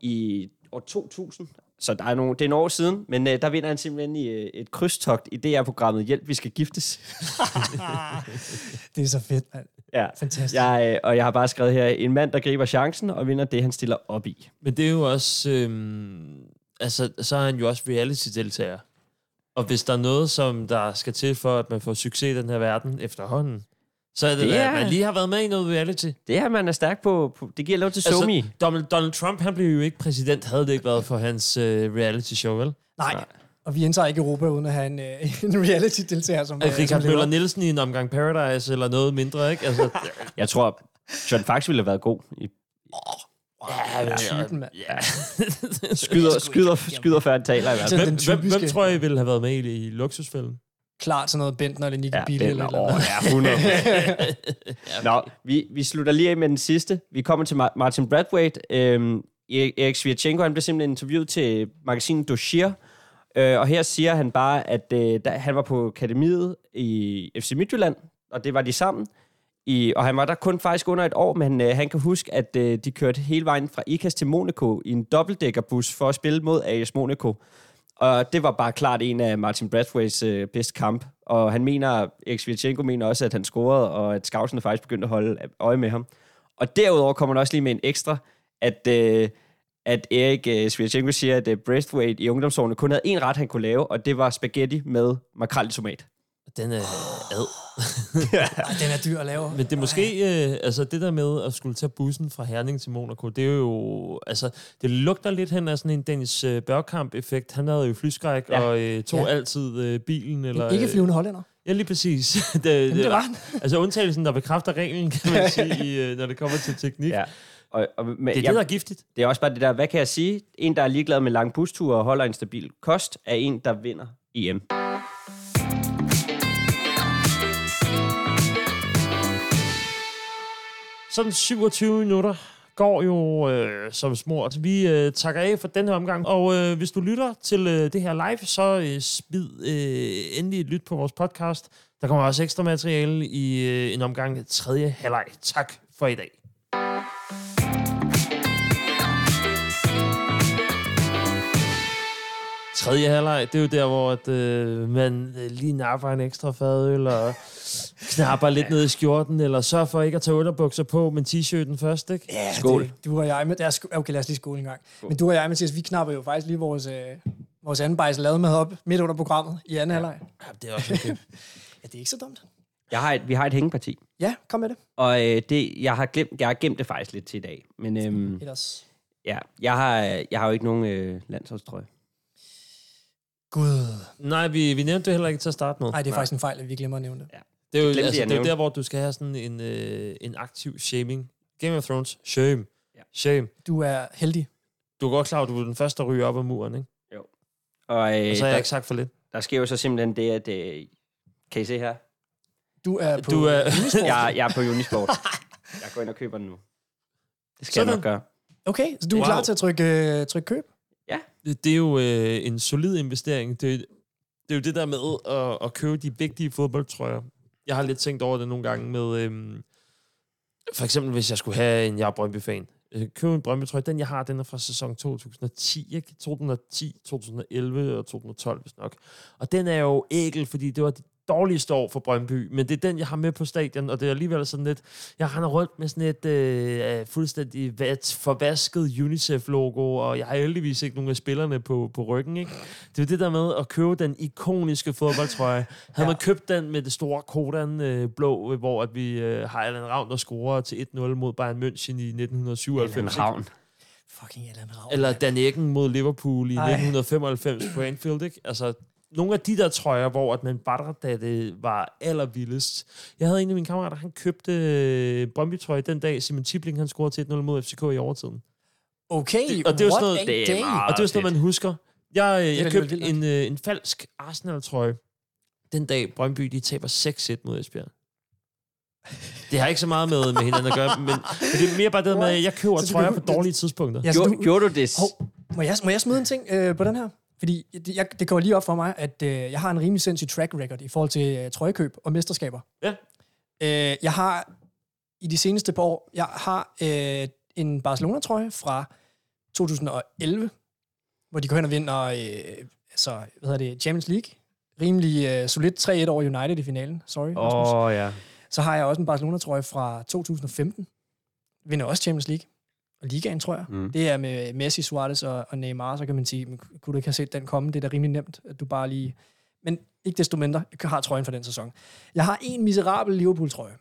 i år 2000. Så der er nogle, det er nogle år siden, men øh, der vinder han simpelthen i øh, et krydstogt i DR-programmet Hjælp, vi skal giftes. det er så fedt, mand. ja. Fantastisk. Ja. Jeg, øh, og jeg har bare skrevet her, en mand, der griber chancen og vinder det, han stiller op i. Men det er jo også... Øhm, altså, så er han jo også reality-deltager. Og hvis der er noget, som der skal til for, at man får succes i den her verden efterhånden, så er det, Det da, er- at man lige har været med i noget reality. Det her, man er stærk på, på det giver lov til Somi. Altså, Donald, Donald Trump, han blev jo ikke præsident, havde det ikke været for hans øh, reality show, vel? Nej. Nej. Og vi indtager ikke Europa uden at have en, øh, en reality-deltager, som, Ja, øh, som Richard Møller lever. Nielsen i en omgang Paradise, eller noget mindre, ikke? Altså, jeg tror, John Fax ville have været god. I ja, typen, mand. ja. skyder, sgu skyder, ikke. skyder før han taler i hvert fald. den hvem, hvem, hvem typiske- tror I ville have været med i, i luksusfælden? Klart sådan noget Bentner eller Nicky Ja, ja, Bille. den Eller, er eller, over. noget. Ja, 100. Nå, vi, vi slutter lige af med den sidste. Vi kommer til Ma- Martin Bradwaite. Øhm, Erik Erik Svirchenko, han blev simpelthen interviewet til magasinet Dossier. Øh, og her siger han bare, at øh, der, han var på akademiet i FC Midtjylland, og det var de sammen. I, og han var der kun faktisk under et år, men øh, han kan huske, at øh, de kørte hele vejen fra Ikast til Monaco i en dobbeltdækkerbus for at spille mod AS Monaco. Og det var bare klart en af Martin Brathwaite's øh, bedste kamp. Og han mener, Erik Svirchenko mener også, at han scorede, og at Skavsen faktisk begyndte at holde øje med ham. Og derudover kommer der også lige med en ekstra, at, øh, at Erik øh, Svirchenko siger, at øh, Brathwaite i ungdomsårene kun havde én ret, han kunne lave, og det var spaghetti med makrel i tomat. Den er ad. Ej, den er dyr at lave. Men det er måske, øh, altså det der med at skulle tage bussen fra Herning til Monaco, det er jo, altså det lugter lidt hen af sådan en Dennis øh, Børkamp-effekt. Han havde jo flyskræk Ja. ja. og øh, tog Ja. ja. altid øh, bilen. Eller, En ikke øh, flyvende hollænder. Ja, lige præcis. det, det, det var den. altså undtagelsen, der bekræfter reglen, kan man sige, i, øh, når det kommer til teknik. Ja. Og, og, men, Det er det, der er giftigt. Det er også bare det der, hvad kan jeg sige? En, der er ligeglad med lange busture og holder en stabil kost, er en, der vinder E EM. Sådan 27 minutter går jo øh, som smurt. Vi øh, takker af for den her omgang, og øh, hvis du lytter til øh, det her live, så øh, spid øh, endelig et lyt på vores podcast. Der kommer også ekstra materiale i øh, en omgang tredje halvleg. Tak for i dag. Tredje halvleg, det er jo der, hvor at, øh, man øh, lige napper en ekstra fadøl og knapper lidt ned i skjorten, eller sørger for ikke at tage underbukser på, men t-shirten først, ikke? Ja, Skål. Det, du og jeg, med, ja, sk- okay, lad os lige skåle en gang. Men du og jeg, Mathias, vi knapper jo faktisk lige vores, øh, vores anden bajs lavet med op midt under programmet i anden halvleg. Ja, det er også okay. Ja, det er ikke så dumt. Jeg har et, vi har et hængeparti, Ja, kom med det. og øh, det, jeg, har glemt, jeg har gemt det faktisk lidt til i dag. Men øhm, Ellers. ja, jeg har, jeg har jo ikke nogen øh, landsholdstrøje. Gud. Nej, vi, vi nævnte det heller ikke til at starte med. Nej, det er faktisk en fejl, at vi glemmer at nævne det. det er jo, glemte altså, jeg det er jo nævne. der, hvor du skal have sådan en, øh, en aktiv shaming. Game of Thrones, shame. Ja. Shame. Du er heldig. Du er godt klar, at du er den første, der ryger op af muren, ikke? Og øh, Og så har jeg ikke der, sagt for lidt. der sker jo så simpelthen det, at... Øh, kan I se her? Du er på... Du er... Jeg, jeg er på Unisport. Jeg går ind og køber den nu. Det skal Sådan. jeg Sådan. nok gøre. Okay, så du er Wow. klar til at trykke, øh, trykke køb? det, det er jo øh, en solid investering. Det, det er jo det der med at, at købe de vigtige fodboldtrøjer. Jeg har lidt tænkt over det nogle gange med... Øhm, for eksempel, hvis jeg skulle have en... Jeg er Brøndby-fan. Øh, købe en Brøndby-trøje. Den, jeg har, den er fra sæson 2010, ikke? 2010, 2011 og 2012, hvis nok. Og den er jo ægel, fordi det var de dårligste år for Brøndby, men det er den, jeg har med på stadion, og det er alligevel sådan lidt, jeg render rundt med sådan et øh, fuldstændig vat, forvasket UNICEF-logo, og jeg har heldigvis ikke nogen af spillerne på, på ryggen, ikke? Det er jo det der med at købe den ikoniske fodboldtrøje. Havde man købt den med det store Kodan øh, blå, øh, hvor at vi øh, har Allan Ravn, der scorer til 1-0 mod Bayern München i 1997. Den ikke? ravn. Fucking Allan Ravn. Eller Dan Eggen mod Liverpool i Ej. Ej. 1995 på Anfield, ikke? Altså, nogle af de der trøjer, hvor at man bare da det var allervildest. Jeg havde en af mine kammerater, han købte øh, Brøndby-trøje den dag, Simon Tibling, han scorede til 1-0 mod FCK i overtiden. Okay, Det- og det er jo what sådan noget- a det er day. meget- Og det er jo sådan noget, man husker. Jeg, øh, jeg alligevel købte vildt en, øh, en falsk Arsenal-trøje den dag Brøndby, de taber 6-1 mod Esbjerg. Det har ikke så meget med, med hinanden at gøre, men, men det er mere bare det med, at jeg køber Så du trøjer på behøver- dårlige tidspunkter. Ja, så Gjorde, du- gjorde du det? Hov, må jeg, må jeg smide en ting øh, på den her? Fordi det, jeg, det går lige op for mig, at øh, jeg har en rimelig sindssyg track record i forhold til øh, trøjekøb og mesterskaber. Ja. Øh, jeg har i de seneste par år, jeg har øh, en Barcelona-trøje fra 2011, hvor de går hen og vinder øh, altså, hvad hedder det, Champions League. Rimelig øh, solidt 3-1 over United i finalen. Sorry, Rasmus. Åh, oh, ja. Så har jeg også en Barcelona-trøje fra 2015. Vinder også Champions League. Og ligaen, tror jeg. Mm. Mm. Det er med Messi, Suarez og, og Neymar, så kan man sige, "Men kunne du ikke have set den komme? Det er da rimelig nemt, at du bare lige Men ikke desto mindre jeg har trøjen for den sæson. Jeg har en miserabel Liverpool-trøje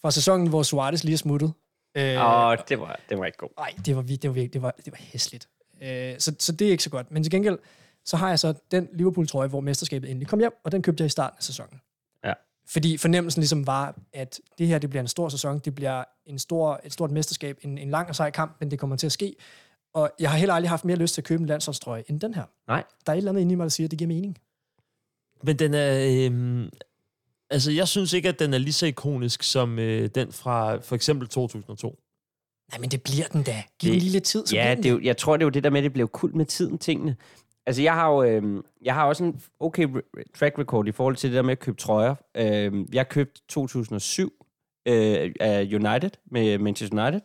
fra sæsonen, hvor Suarez lige er smuttet. Øh, Åh, det var, det var ikke god. Nej, det var, vir- det var, virkelig- det var, det var hæsligt. Øh, så, så det er ikke så godt. Men til gengæld, så har jeg så den Liverpool-trøje, hvor mesterskabet endelig kom hjem, og den købte jeg i starten af sæsonen. Ja. Fordi fornemmelsen ligesom var, at det her det bliver en stor sæson, det bliver en stor, et stort mesterskab, en, en lang og sej kamp, men det kommer til at ske. Og jeg har heller aldrig haft mere lyst til at købe en landsholdstrøje end den her. Nej. Der er et eller andet inde i mig, der siger, at det giver mening. Men den er... Øhm, altså, jeg synes ikke, at den er lige så ikonisk som øh, den fra for eksempel 2002. Nej, men det bliver den da. Giv Det- den lige lidt tid, så Ja, bliver det den er der. jo, jeg tror, det er jo det der med, at det blev kul med tiden, tingene. Altså, jeg har jo øhm, jeg har også en okay re- track record i forhold til det der med at købe trøjer. Øhm, jeg købte 2007 øh, af United, med Manchester United,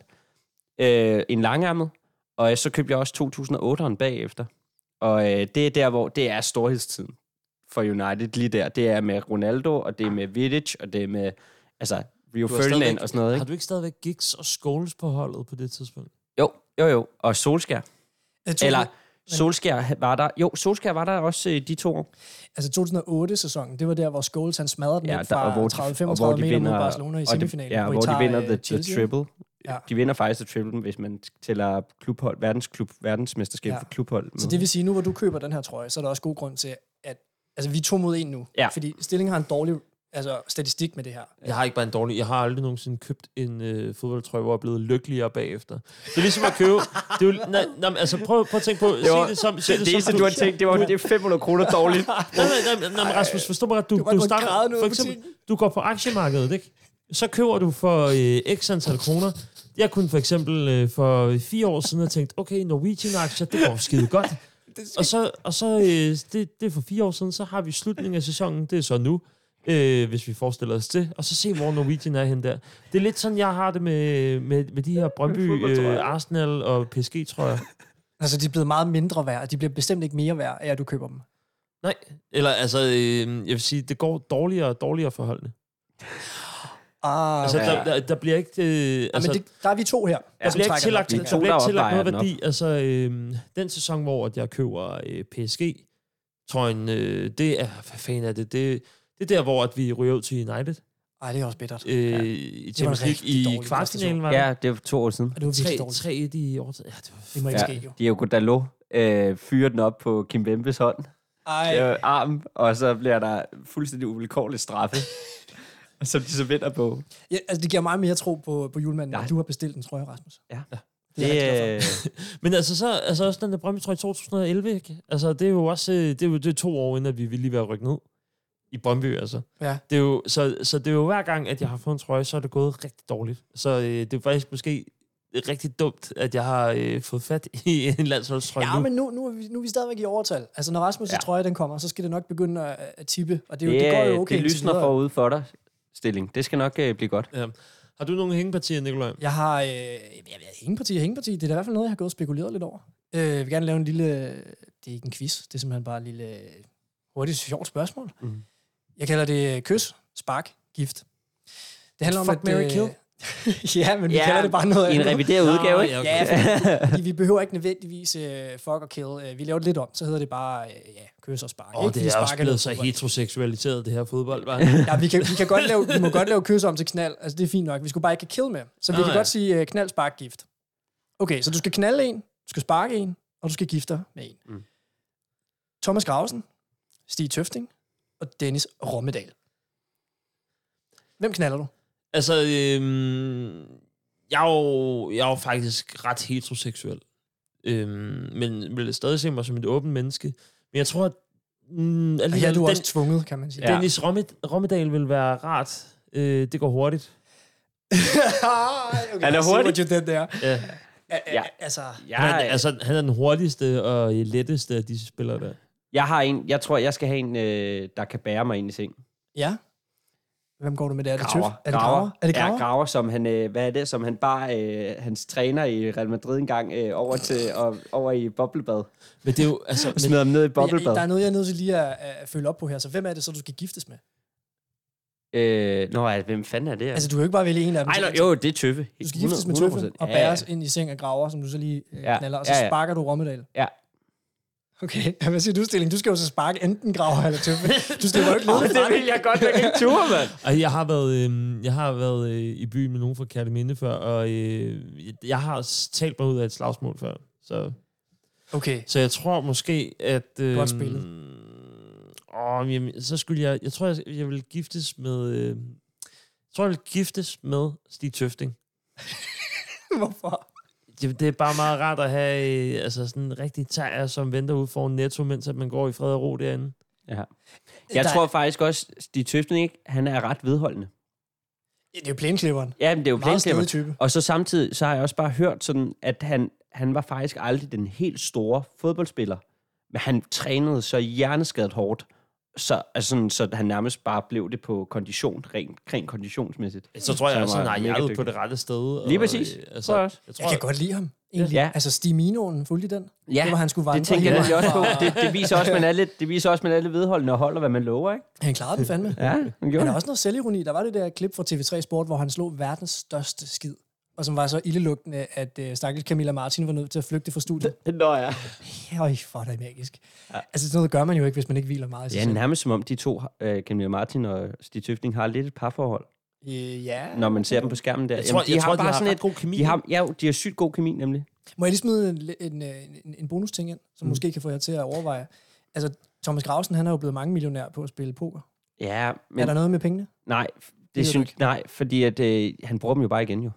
øh, en langærmet, og øh, så købte jeg også 2008'eren bagefter. Og øh, det er der, hvor det er storhedstiden for United lige der. Det er med Ronaldo, og det er med Vidic, og det er med altså, Rio Du har Ferdinand stadigvæk- og sådan noget, Har ikke? du ikke stadigvæk gigs og Scholes på holdet på det tidspunkt? Jo, jo, jo. Og Solskær. Øh, tusind- Eller Solskær var der. Jo, Solskær var der også øh, de to år. Altså 2008-sæsonen, det var der, hvor Scholes han smadrede den Ja, ja, der- og fra hvor de- 30-35 og hvor meter de vinder, mod vinder- Barcelona i og det- semifinalen. Ja, I hvor de tager, vinder øh, the, the Chelsea. triple. Ja. Ja. De vinder faktisk the triple, hvis man tæller klubhold, verdensklub, verdensmesterskab Ja. ja. for klubhold. Så det vil sige, nu hvor du køber den her trøje, så er der også god grund til, at altså, vi er to mod en nu. Ja. Fordi Stilling har en dårlig altså, statistik med det her. Jeg har ikke bare en dårlig... Jeg har aldrig nogensinde købt en øh, fodboldtrøje, hvor jeg er blevet lykkeligere bagefter. Det er ligesom at købe... Det er jo, nej, nej, altså prøv, prøv at tænke på... Det var- sig det som, sig det, som tænkt, det var det er 500 kroner dårligt. Nej, nej, nej, nej, men Rasmus, forstå mig ret. Du, kan du, godt du gå og græde starter, nu for i eksempel, du går på aktiemarkedet, ikke? Så køber du for øh, x antal kroner. Jeg kunne for eksempel øh, for fire år siden have tænkt, okay, Norwegian-aktier, det går skide godt. Og så, og så øh, det, det er for fire år siden, så har vi slutningen af sæsonen, det er så nu, øh, hvis vi forestiller os det. Og så se, hvor Norwegian er henne der. Det er lidt sådan, jeg har det med, med, med de her Brøndby, fodboldtrøjer. øh, Arsenal og PSG, tror jeg. Altså, de er blevet meget mindre værd, og de bliver bestemt ikke mere værd, af at du køber dem. Nej, eller altså, øh, jeg vil sige, det går dårligere og dårligere forholdene. Ah, Altså, altså, Ja. der, der, der bliver ikke, øh, altså, altså, men det, der er vi to her. der som bliver ikke trækker tillagt, den. Vi er to, der bliver der ikke tillagt opvejer noget den op. værdi. Altså, øh, den sæson, hvor at jeg køber øh, PSG, tror jeg, øh, det er, hvad fanden er det? det? Det er der, hvor at vi ryger ud til United. Ej, det er også bittert. Øh, i Ja. Det var en Champions League rigtig i dårlig præstation. kvartfinalen, var det? Ja, det var to år siden. Og det var virkelig Tre- dårligt. 3-1 i overtid. Ja, det var Det må ikke ske, jo. Diogo Dalot øh, fyrer den op på Kim Bembes hånd, Ej, øh, arm, og så bliver der fuldstændig uvilkårligt straffe, som de så vinder på. ja, altså, det giver meget mere tro på, på julemanden, Nej. at du har bestilt den trøje, Rasmus. Ja. Det er jeg rigtig glad for. øh, Men altså, så, altså også den der Brøndby-trøje i 2011, ikke? Altså, det er jo også øh, det er jo, det er to år inden, at vi ville lige være rykket ned i Brøndby, altså. Ja. Det er jo, så, så det er jo hver gang, at jeg har fået en trøje, så er det gået rigtig dårligt. Så øh, det er faktisk måske rigtig dumt, at jeg har øh, fået fat i en landsholdstrøje Ja, nu. men nu, nu, er vi, nu er vi stadigvæk i overtal. Altså, når Rasmus' ja. Ja. trøje den kommer, så skal det nok begynde at, at tippe. Og det, er jo, det, det går jo okay. okay, det indtil lysner videre. forude for dig, Stilling. Det skal nok øh, blive godt. Ja. Øhm, Har du nogle hængepartier, Nikolaj? Jeg har øh, jeg, jeg, hængeparti og hængeparti. Det er da i hvert fald noget, jeg har gået og spekuleret lidt over. Øh, jeg vil gerne lave en lille... Det er ikke en quiz. Det er simpelthen bare et lille øh, hurtigt, sjovt spørgsmål. Mm. Mhm. Jeg kalder det øh, kys, spark, gift. Det handler Fuck, om, at... øh, marry, kill. ja, men vi Ja, kalder det bare noget I en andet. revideret udgave, ikke? ja, okay. Ja, fordi vi behøver ikke nødvendigvis øh, fuck og kill. Øh, vi laver det lidt om, så hedder det bare øh, ja, kys og spark. Åh, Ikke? Vi det er også sparker blevet noget så fodbold. heteroseksualiseret, det her fodbold, var. Ja, vi, kan, vi, kan godt lave, vi må godt lave kys om til knald. Altså, det er fint nok. Vi skulle bare ikke have kill med. Så vi Nå, kan ja. godt sige øh, knald, spark, gift. Okay, så du skal knalde en, du skal sparke en, og du skal gifte dig med en. Mm. Mm. Thomas Grausen, Stig Tøfting og Dennis Rommedal. Hvem knaller du? Altså, øhm, jeg, er jo, jeg er jo faktisk ret heteroseksuel. Øhm, men vil stadig se mig som et åbent menneske. Men jeg tror, at mm, Og her er alligevel, du den, også tvunget, kan man sige. Ja. Dennis Rommed, Rommedal vil være rart. Øh, det går hurtigt. Ej, okay, Han er I see what hurtig. you did there. Ja. Ja. Ja. Altså, Jeg, Han, er, altså, han er den hurtigste og letteste af disse spillere der. jeg har en, jeg tror, jeg skal have en, øh, der kan bære mig ind i ting. ja. Hvem går du med der? Er det tøf? Graver. Er det graver? Er det Ja, graver? graver, som han, øh, hvad er det, som han bare, øh, hans træner i Real Madrid engang øh, over, til, og, over i boblebad. Men det er jo, altså, Og men, smider ham ned i Ja, boblebad. øh, der er noget, jeg er nødt til lige at, at følge op på her. Så hvem er det så, du skal giftes med? Øh, nå, altså, hvem fanden er det? Altså, du kan jo ikke bare vælge en af dem. Ej, Så- nå, jo, det er tøffe. Du skal giftes med tøffen og bæres ind i seng af graver, som du så lige øh, Ja, knaller, og så ja, ja. sparker du Rommedal. Ja. Okay, hvad siger du, Stilling? Du skal jo så sparke enten graver eller tøffe. Du skal jo ikke lede fra det. jeg godt, jeg kan ikke ture, mand. Og jeg har været, øh, jeg har været øh, i byen med nogen fra Kærteminde før, og øh, jeg har s- talt mig ud af et slagsmål før. Så, Okay, så jeg tror måske, at... Øh, Godt spillet. Åh, jamen, så skulle jeg... Jeg tror, jeg, jeg vil giftes med... Øh, jeg tror, jeg vil giftes med Stig Tøfting. hvorfor? Det, det er bare meget rart at have øh, altså sådan en rigtig tager, som venter ude foran Netto, mens at man går i fred og ro derinde. Jeg Der- tror faktisk også, Stig Tøfting, ikke? han er ret vedholdende. Ja, Det er jo plæneklipperen. Ja, men det er jo Meget stedig planklipperen. type. Og så samtidig, så har jeg også bare hørt sådan, at han, han var faktisk aldrig den helt store fodboldspiller. Men han trænede så hjerneskadet hårdt, så, altså sådan, så han nærmest bare blev det på kondition, rent, rent konditionsmæssigt. Så tror jeg Så også, han at var han har mega hjertet på dygtig. det rette sted. Lige og, præcis. øh, Altså, tror jeg også. Jeg tror, Jeg kan godt lide ham, egentlig. Ja. Altså, Stig Minoen fulgte i den. Ja, det var, han skulle vandre. Det tænker jeg hjemme nemlig også på. fra- Det, det, viser også, man er lidt, det viser også, man er lidt vedholdende og holder, hvad man lover, ikke? Han klarede den fandme. Ja, han gjorde Han har det. også noget selvironi. Der var det der klip fra TV3 Sport, hvor han slog verdens største skid. Og som var så ildelugtende, at uh, stakkels Camilla Martin var nødt til at flygte fra studiet. Nå ja. Høj, for det er magisk. Ja. Altså, sådan noget gør man jo ikke, hvis man ikke hviler meget i sig Ja, selv. nærmest som om de to, øh, Camilla Martin og Stig Tøfting, har lidt et parforhold, Øh, ja. når man ser dem på skærmen der. Jeg tror, Jamen, de jeg har tror, de bare har sådan ret et, god kemi. De har, ja, de har sygt god kemi, nemlig. Må jeg lige smide en, en, øh, en, en bonus ting ind, som mm. måske kan få jer til at overveje? Altså, Thomas Grausen, han er jo blevet mange millionær på at spille poker. Ja, Men, er der noget med pengene? Nej, f- det, ved det du synes, nej, fordi at, øh, han bruger dem jo bare igen jo.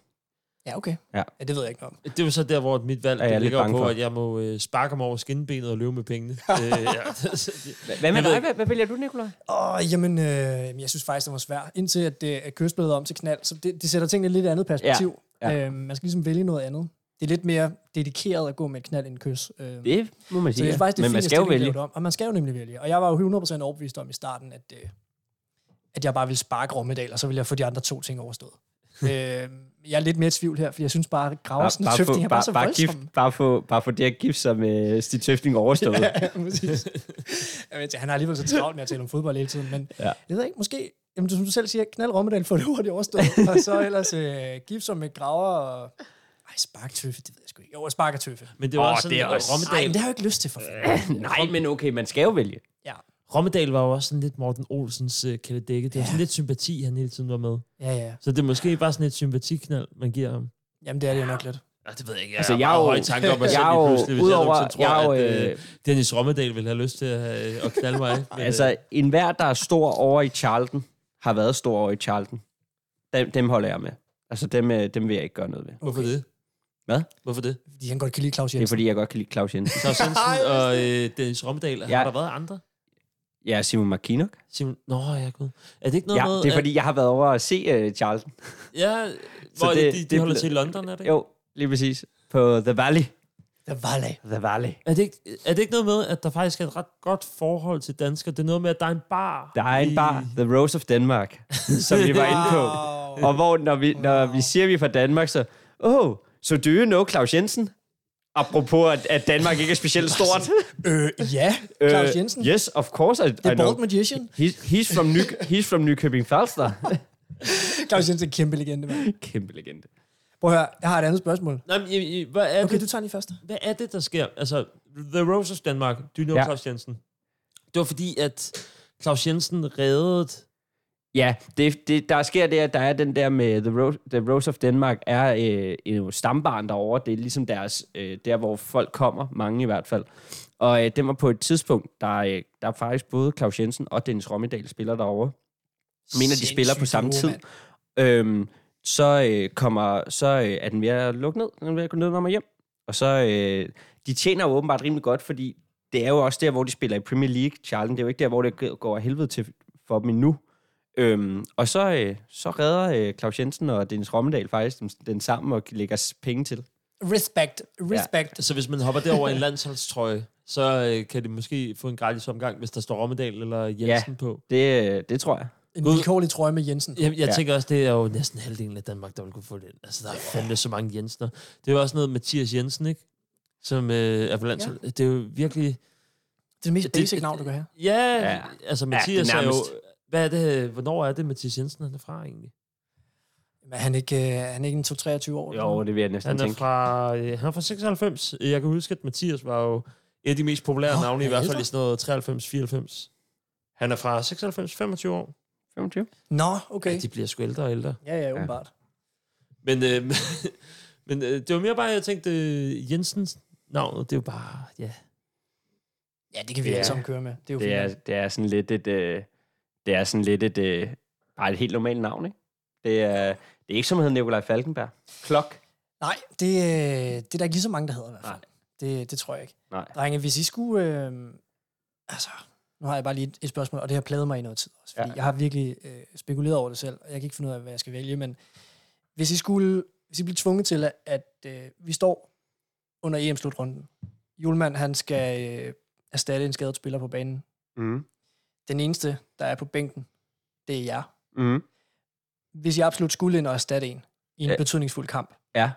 Ja, okay. Ja. ja det ved jeg ikke noget om. Det er jo så der, hvor mit valg Er jeg det lidt ligger bange på, for. at jeg må øh, sparke mig over skinbenet og løbe med pengene. øh, ja. Hvad med Jeg ved dig? ikke. Hvad, hvad vælger du, Nikolaj? Åh, jamen, øh, jeg synes faktisk, det var svært. Indtil at, øh, at køs blev om til knald, så det, det sætter tingene i et lidt andet perspektiv. Ja, Øh, man skal ligesom vælge noget andet. Det er lidt mere dedikeret at gå med et knald end et kys. Øh, det, Det må man så sige, det er ja. faktisk det men man fineste, skal jo det, vi vælge. lavede om. Og man skal jo nemlig vælge. Og jeg var jo 100% overbevist om i starten, at, øh, at jeg bare ville sparke Rommedal, og så ville jeg få de andre to ting overstået. øh, jeg er lidt mere i tvivl her, for jeg synes bare, at Graversen og Tøfting er bare så bare, voldsomme. bare, få, bare få det at gift sig med Stig Tøfting overstået. Ja, præcis. Jeg ved, han har alligevel så travlt med at tale om fodbold hele tiden, men Ja. ja. jeg ved ikke, måske, jamen, du- som du selv siger, knald Rommedal for det hurtigt overstået, og så ellers øh, gift som med graver og... Ej, spark tøffe, det ved jeg sgu ikke. Jo, og spark og tøffe. Men det var Åh, oh, også sådan, det er det også- også... Nej, men Rommedal, det har jeg jo ikke lyst til for fanden. nej, men okay, man skal jo vælge. Ja. Rommedal var jo også sådan lidt Morten Olsens øh, kæledække. Det var sådan lidt sympati, han hele tiden var med. ja, ja. Så det er måske bare sådan et sympatiknald, man giver ham. Jamen, det er det jo nok lidt. Ja, det ved jeg ikke. Jeg altså, Altså, jeg jeg er har jo- høje tanker om mig selv jeg er lige jo- pludselig, hvis udover- jeg, nogensinde jeg er tror, jo, at øh, Dennis Rommedal ville have lyst til at, øh, at knalde mig. Men, øh, Altså, enhver, der er stor over i Charlton, har været stor over i Charlton. Dem, dem holder jeg med. Altså, dem, øh, dem vil jeg ikke gøre noget ved. hvorfor det? Hvad? Hvorfor det? Fordi han godt kan lide Claus Det er, Jensen. fordi jeg godt kan lide Claus Jensen. Claus Jensen og øh, Dennis Rommedal. Ja. Ja. Har der været andre? Jeg er Simon Markinok. Simon... Nå, ja, gud. Er det ikke noget Ja, med... det er, øh, at- fordi jeg har været over at se uh, Charlton. Ja, Så hvor det- det, de, de det det holder blev- til i London, er det ikke? Jo, lige præcis. På The Valley. Det var lag. The Valley. Er det, ikke, er det ikke noget med, at der faktisk er et ret godt forhold til danskere? Det er noget med, at der er en bar. Der er en bar, i- The Rose of Denmark, som vi var inde på. Og hvor, når vi, når vi siger, at vi er fra Danmark, så... Oh, so do you know Claus Jensen? Apropos, at, at Danmark ikke er specielt stort. Øh, ja, Claus Øh, Jensen. yes, of course I, I The know. Bald Magician. He's, he's, from Ny, he's from Nykøbing Falster. Claus Jensen er en kæmpe legende, mand. Kæmpe legende. Prøv at høre, jeg har et andet spørgsmål. Nej, men, i- i- hvad, er Okay, okay. du det, tager den i første. hvad er det, der sker? Altså, The Rose of Denmark, du know Ja. ja. Claus Jensen. Det var fordi, at Claus Jensen reddede... Ja, det, det, der sker det, at der er den der med The Rose, The Rose of Denmark, er øh, en stambarn derovre. Det er ligesom deres, øh, der hvor folk kommer, mange i hvert fald. Og øh, den var på et tidspunkt, der, øh, der er faktisk både Claus Jensen og Dennis Rommedal spiller derovre. Jeg mener, de spiller på Sindssygt samme duo, tid. mand. Øhm, så øh, kommer, så øh, er den ved at lukke ned. Den er ved at gå ned, når man hjem. Og så, øh, de tjener jo åbenbart rimelig godt, fordi det er jo også der, hvor de spiller i Premier League, Charlton. Det er jo ikke der, hvor det går af helvede til for dem endnu. Øhm, og så, øh, så redder øh, Claus Jensen og Dennis Rommedal faktisk den, den sammen og lægger s- penge til. Respect, respect. Så Altså, hvis man hopper derover i en landsholdstrøje, så øh, kan det måske få en gratis omgang, hvis der står Rommedal eller Jensen ja. på. Det, øh, det tror jeg. En vilkårlig trøje med Jensen. Jeg, jeg Ja. ja. tænker også, det er jo næsten halvdelen af Danmark, der vil kunne få det. Altså, der er fandme så mange Jensener. Det er jo også noget Mathias Jensen, ikke? Som øh, er på landshold. Ja. Det er jo virkelig... Det er det mest Det- basic navn, du kan have. Ja, Ja. ja. altså det er Mathias ja, er jo... nærmest. Hvad er det, hvornår er det, Mathias Jensen han er fra egentlig? Men er han ikke, øh, han er ikke en 2-23 år? eller sådan Jo, noget? det vil jeg næsten Han er tænke. fra, øh, han er fra 96. Jeg kan huske, at Mathias var jo Et af de mest populære Nå, oh, navne, i han er hvert fald ældre. i sådan noget 93-94. Han er fra 96-25 år. 25. Nå, Okay. okay. Ja, de bliver sgu ældre og ældre. Ja, ja, åbenbart. Men, øh, men øh, det var mere bare, at jeg tænkte, øh, Jensens navn, det er jo bare, ja. Ja, det kan vi Ja. alle sammen køre med. Det er jo Det er, fint. det er sådan lidt et... Øh, det er sådan lidt et... Øh, bare et helt normalt navn, ikke? Det er, det er ikke som hedder Nikolaj Falkenberg. Klok. Nej, det, øh, det er der ikke lige så mange, der hedder i hvert fald. Nej. Det, det tror jeg ikke. Nej. Drenge, hvis I skulle... Øh, altså, nu har jeg bare lige et, et spørgsmål, og det har plaget mig i noget tid også, fordi ja. Ja. jeg har virkelig øh, spekuleret over det selv, og jeg kan ikke finde ud af, hvad jeg skal vælge, men hvis I skulle... Hvis I blev tvunget til, at, at øh, vi står under EM-slutrunden. Julemand, han skal øh, erstatte en skadet spiller på banen. Mm. Den eneste, der er på bænken, det er jer. Mm. Hvis I absolut skulle ind og erstatte en i en ja. Ja. betydningsfuld kamp, Ja.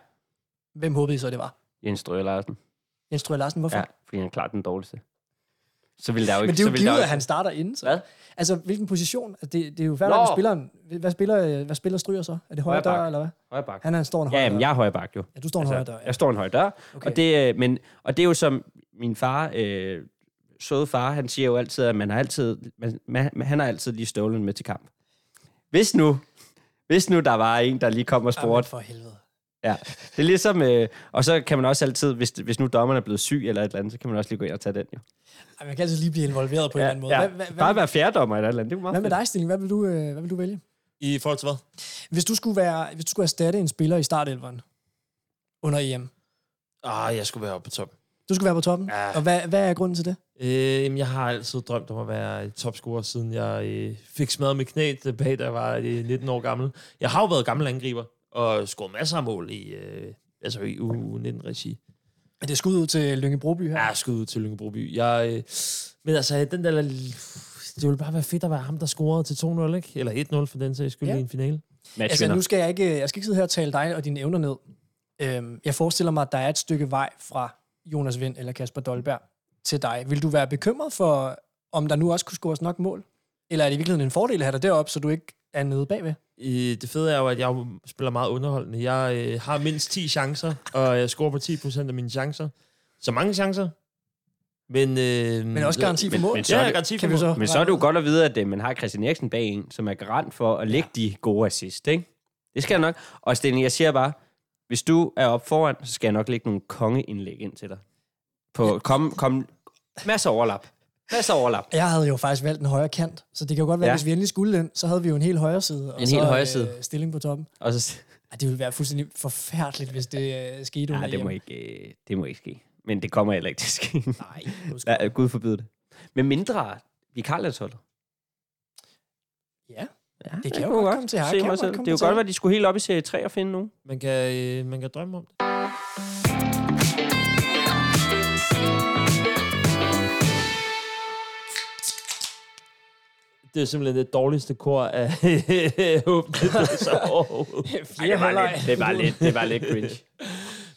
hvem håbede I så, det var? Jens Strøger Larsen. Jens Strøger Larsen, hvorfor? Ja, fordi han er klart den dårligste. Så vil der jo ikke... Men det er så jo ville der givet, jo at han starter inden. Så. Hvad? Altså, hvilken position? Altså, Det, det er jo Nå. færdigt, at spilleren... Hvad spiller, øh, hvad spiller Stryger så? Er det højre Højre bak. dør, eller hvad? Højre bak. Han er en stor en Ja, højre jamen, dør. jeg er højre bak, jo. Ja, du står en højre dør. Ja. Jeg står en høj dør, Okay. okay. og, det, øh, men, og det er jo som min far, øh, søde far, han siger jo altid, at man har altid, man, man, han har altid lige støvlen med til kamp. Hvis nu, hvis nu der var en, der lige kom Jamen, og spurgte, for helvede. Ja, det er ligesom, øh, og så kan man også altid, hvis, hvis nu dommeren er blevet syg eller et eller andet, så kan man også lige gå ind og tage den jo. Ej, man kan altså lige blive involveret på en eller anden måde. ja. Hvad, hvad, Bare hvad, være fjerdommer eller et eller andet, det er jo meget hvad med fedt. dig, Stilling? Hvad vil du, øh, hvad vil du vælge? I forhold til hvad? Hvis du skulle, være, hvis du skulle erstatte en spiller i startelveren under EM, Ah, jeg skulle være oppe på top. du skulle være på toppen. Ja. Og hvad, hvad er grunden til det? Øh, jamen, jeg har altid drømt om at være topscorer, siden jeg øh, fik smadret mit knæ tilbage, da jeg var øh, 19 år gammel. Jeg har jo været gammel angriber og scoret masser af mål i, øh, altså i U19-regi. Er det skud ud til Lynggebroby her? Ja, jeg skud ud til Lyngeby. Jeg, øh, men altså, den der... Det ville bare være fedt at være ham, der scorede til 2-0, ikke? Eller 1-0 for den sags skyld Ja. ja. i en finale. Altså, Matchvinder. nu skal jeg ikke, jeg skal ikke sidde her og tale dig og dine evner ned. Øhm, jeg forestiller mig, at der er et stykke vej fra Jonas Vind eller Kasper Dolberg til dig. Vil du være bekymret for, om der nu også kunne scores nok mål? Eller er det i virkeligheden en fordel at have dig deroppe, så du ikke er nede bagved? Øh, det fede er jo, at jeg jo spiller meget underholdende. Jeg øh, har mindst 10 chancer, og jeg scorer på 10% af mine chancer. Så mange chancer. Men, øh, Men også garanti for men- mål. men så- Ja, er jeg det- garanti for kan vi mål. så Men så er det jo godt at vide, at øh, man har Christian Eriksen bag en, som er garant for at lægge de gode assist, ikke? Det skal jeg nok. Og Sten, jeg siger bare, hvis du er op foran, så skal jeg nok lægge nogle kongeindlæg ind til dig. På, kom, kom, masser af overlap. Masser af overlap. Jeg havde jo faktisk valgt en højre kant, så det kan jo godt være, ja. Ja. hvis vi endelig skulle den, så havde vi jo en helt højre side. Og En så, helt højre øh, side. stilling på toppen. Og så, Ej, det ville være fuldstændig forfærdeligt, hvis det øh, skete under nej, det må, EM. ikke, øh, det må ikke ske. Men det kommer heller ikke til at ske. Nej, Ja, undskyld. øh, Gud forbyde det. Men mindre vikarlandsholdet. ja. Ja, det kan jo godt komme til her. Se Kan mig godt selv. komme Det er til jo godt, her. at de skulle helt op i serie 3 og finde nogen. Man kan, øh, man kan drømme om det. Det er simpelthen det dårligste kor af åbne pladser overhovedet. Fjerde halvleg. det var lidt cringe.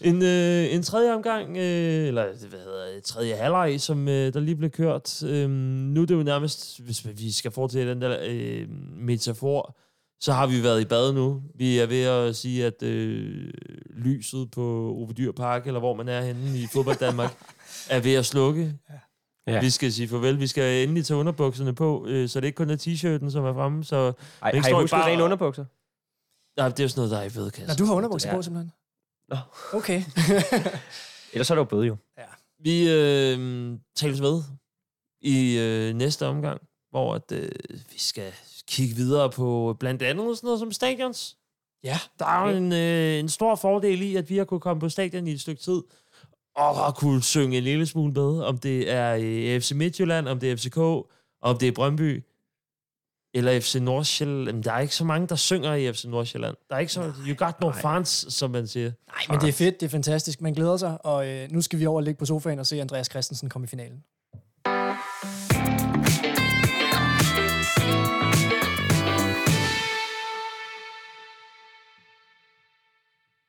En, øh, en tredje omgang, øh, eller hvad hedder det, tredje halvleg, som øh, der lige blev kørt. Øh, nu er det jo nærmest, hvis vi skal fortsætte den der øh, metafor, så har vi været i bad nu. Vi er ved at sige, at øh, lyset på Ove Dyr Park, eller hvor man er henne i fodbold Danmark, er ved at slukke. Ja. Ja. Vi skal sige farvel. Vi skal endelig tage underbukserne på, øh, så det ikke kun er t-shirten, som er fremme. Så, Ej, Men har I står I husket bare- rene underbukser? nej, det er jo sådan noget, der er i vedkast. Når du har underbukser Ja. på, simpelthen? Nå. Okay. Ellers er det jo bøde jo. Vi øh, tales ved i øh, næste omgang, hvor at, øh, vi skal kigge videre på blandt andet sådan noget som stadions. ja. Der er jo en, øh, en stor fordel i, at vi har kunnet komme på stadion i et stykke tid, og har kunne synge en lille smule med, om det er øh, FC Midtjylland, om det er FCK, om det er Brøndby, eller FC Nordsjælland. Jamen, der er ikke så mange, der synger i FC Nordsjælland. Der er ikke så... You got no fans, som man siger. Nej, men det er fedt, det er fantastisk. Man glæder sig, og øh, nu skal vi over og ligge på sofaen og se Andreas Christensen komme i finalen.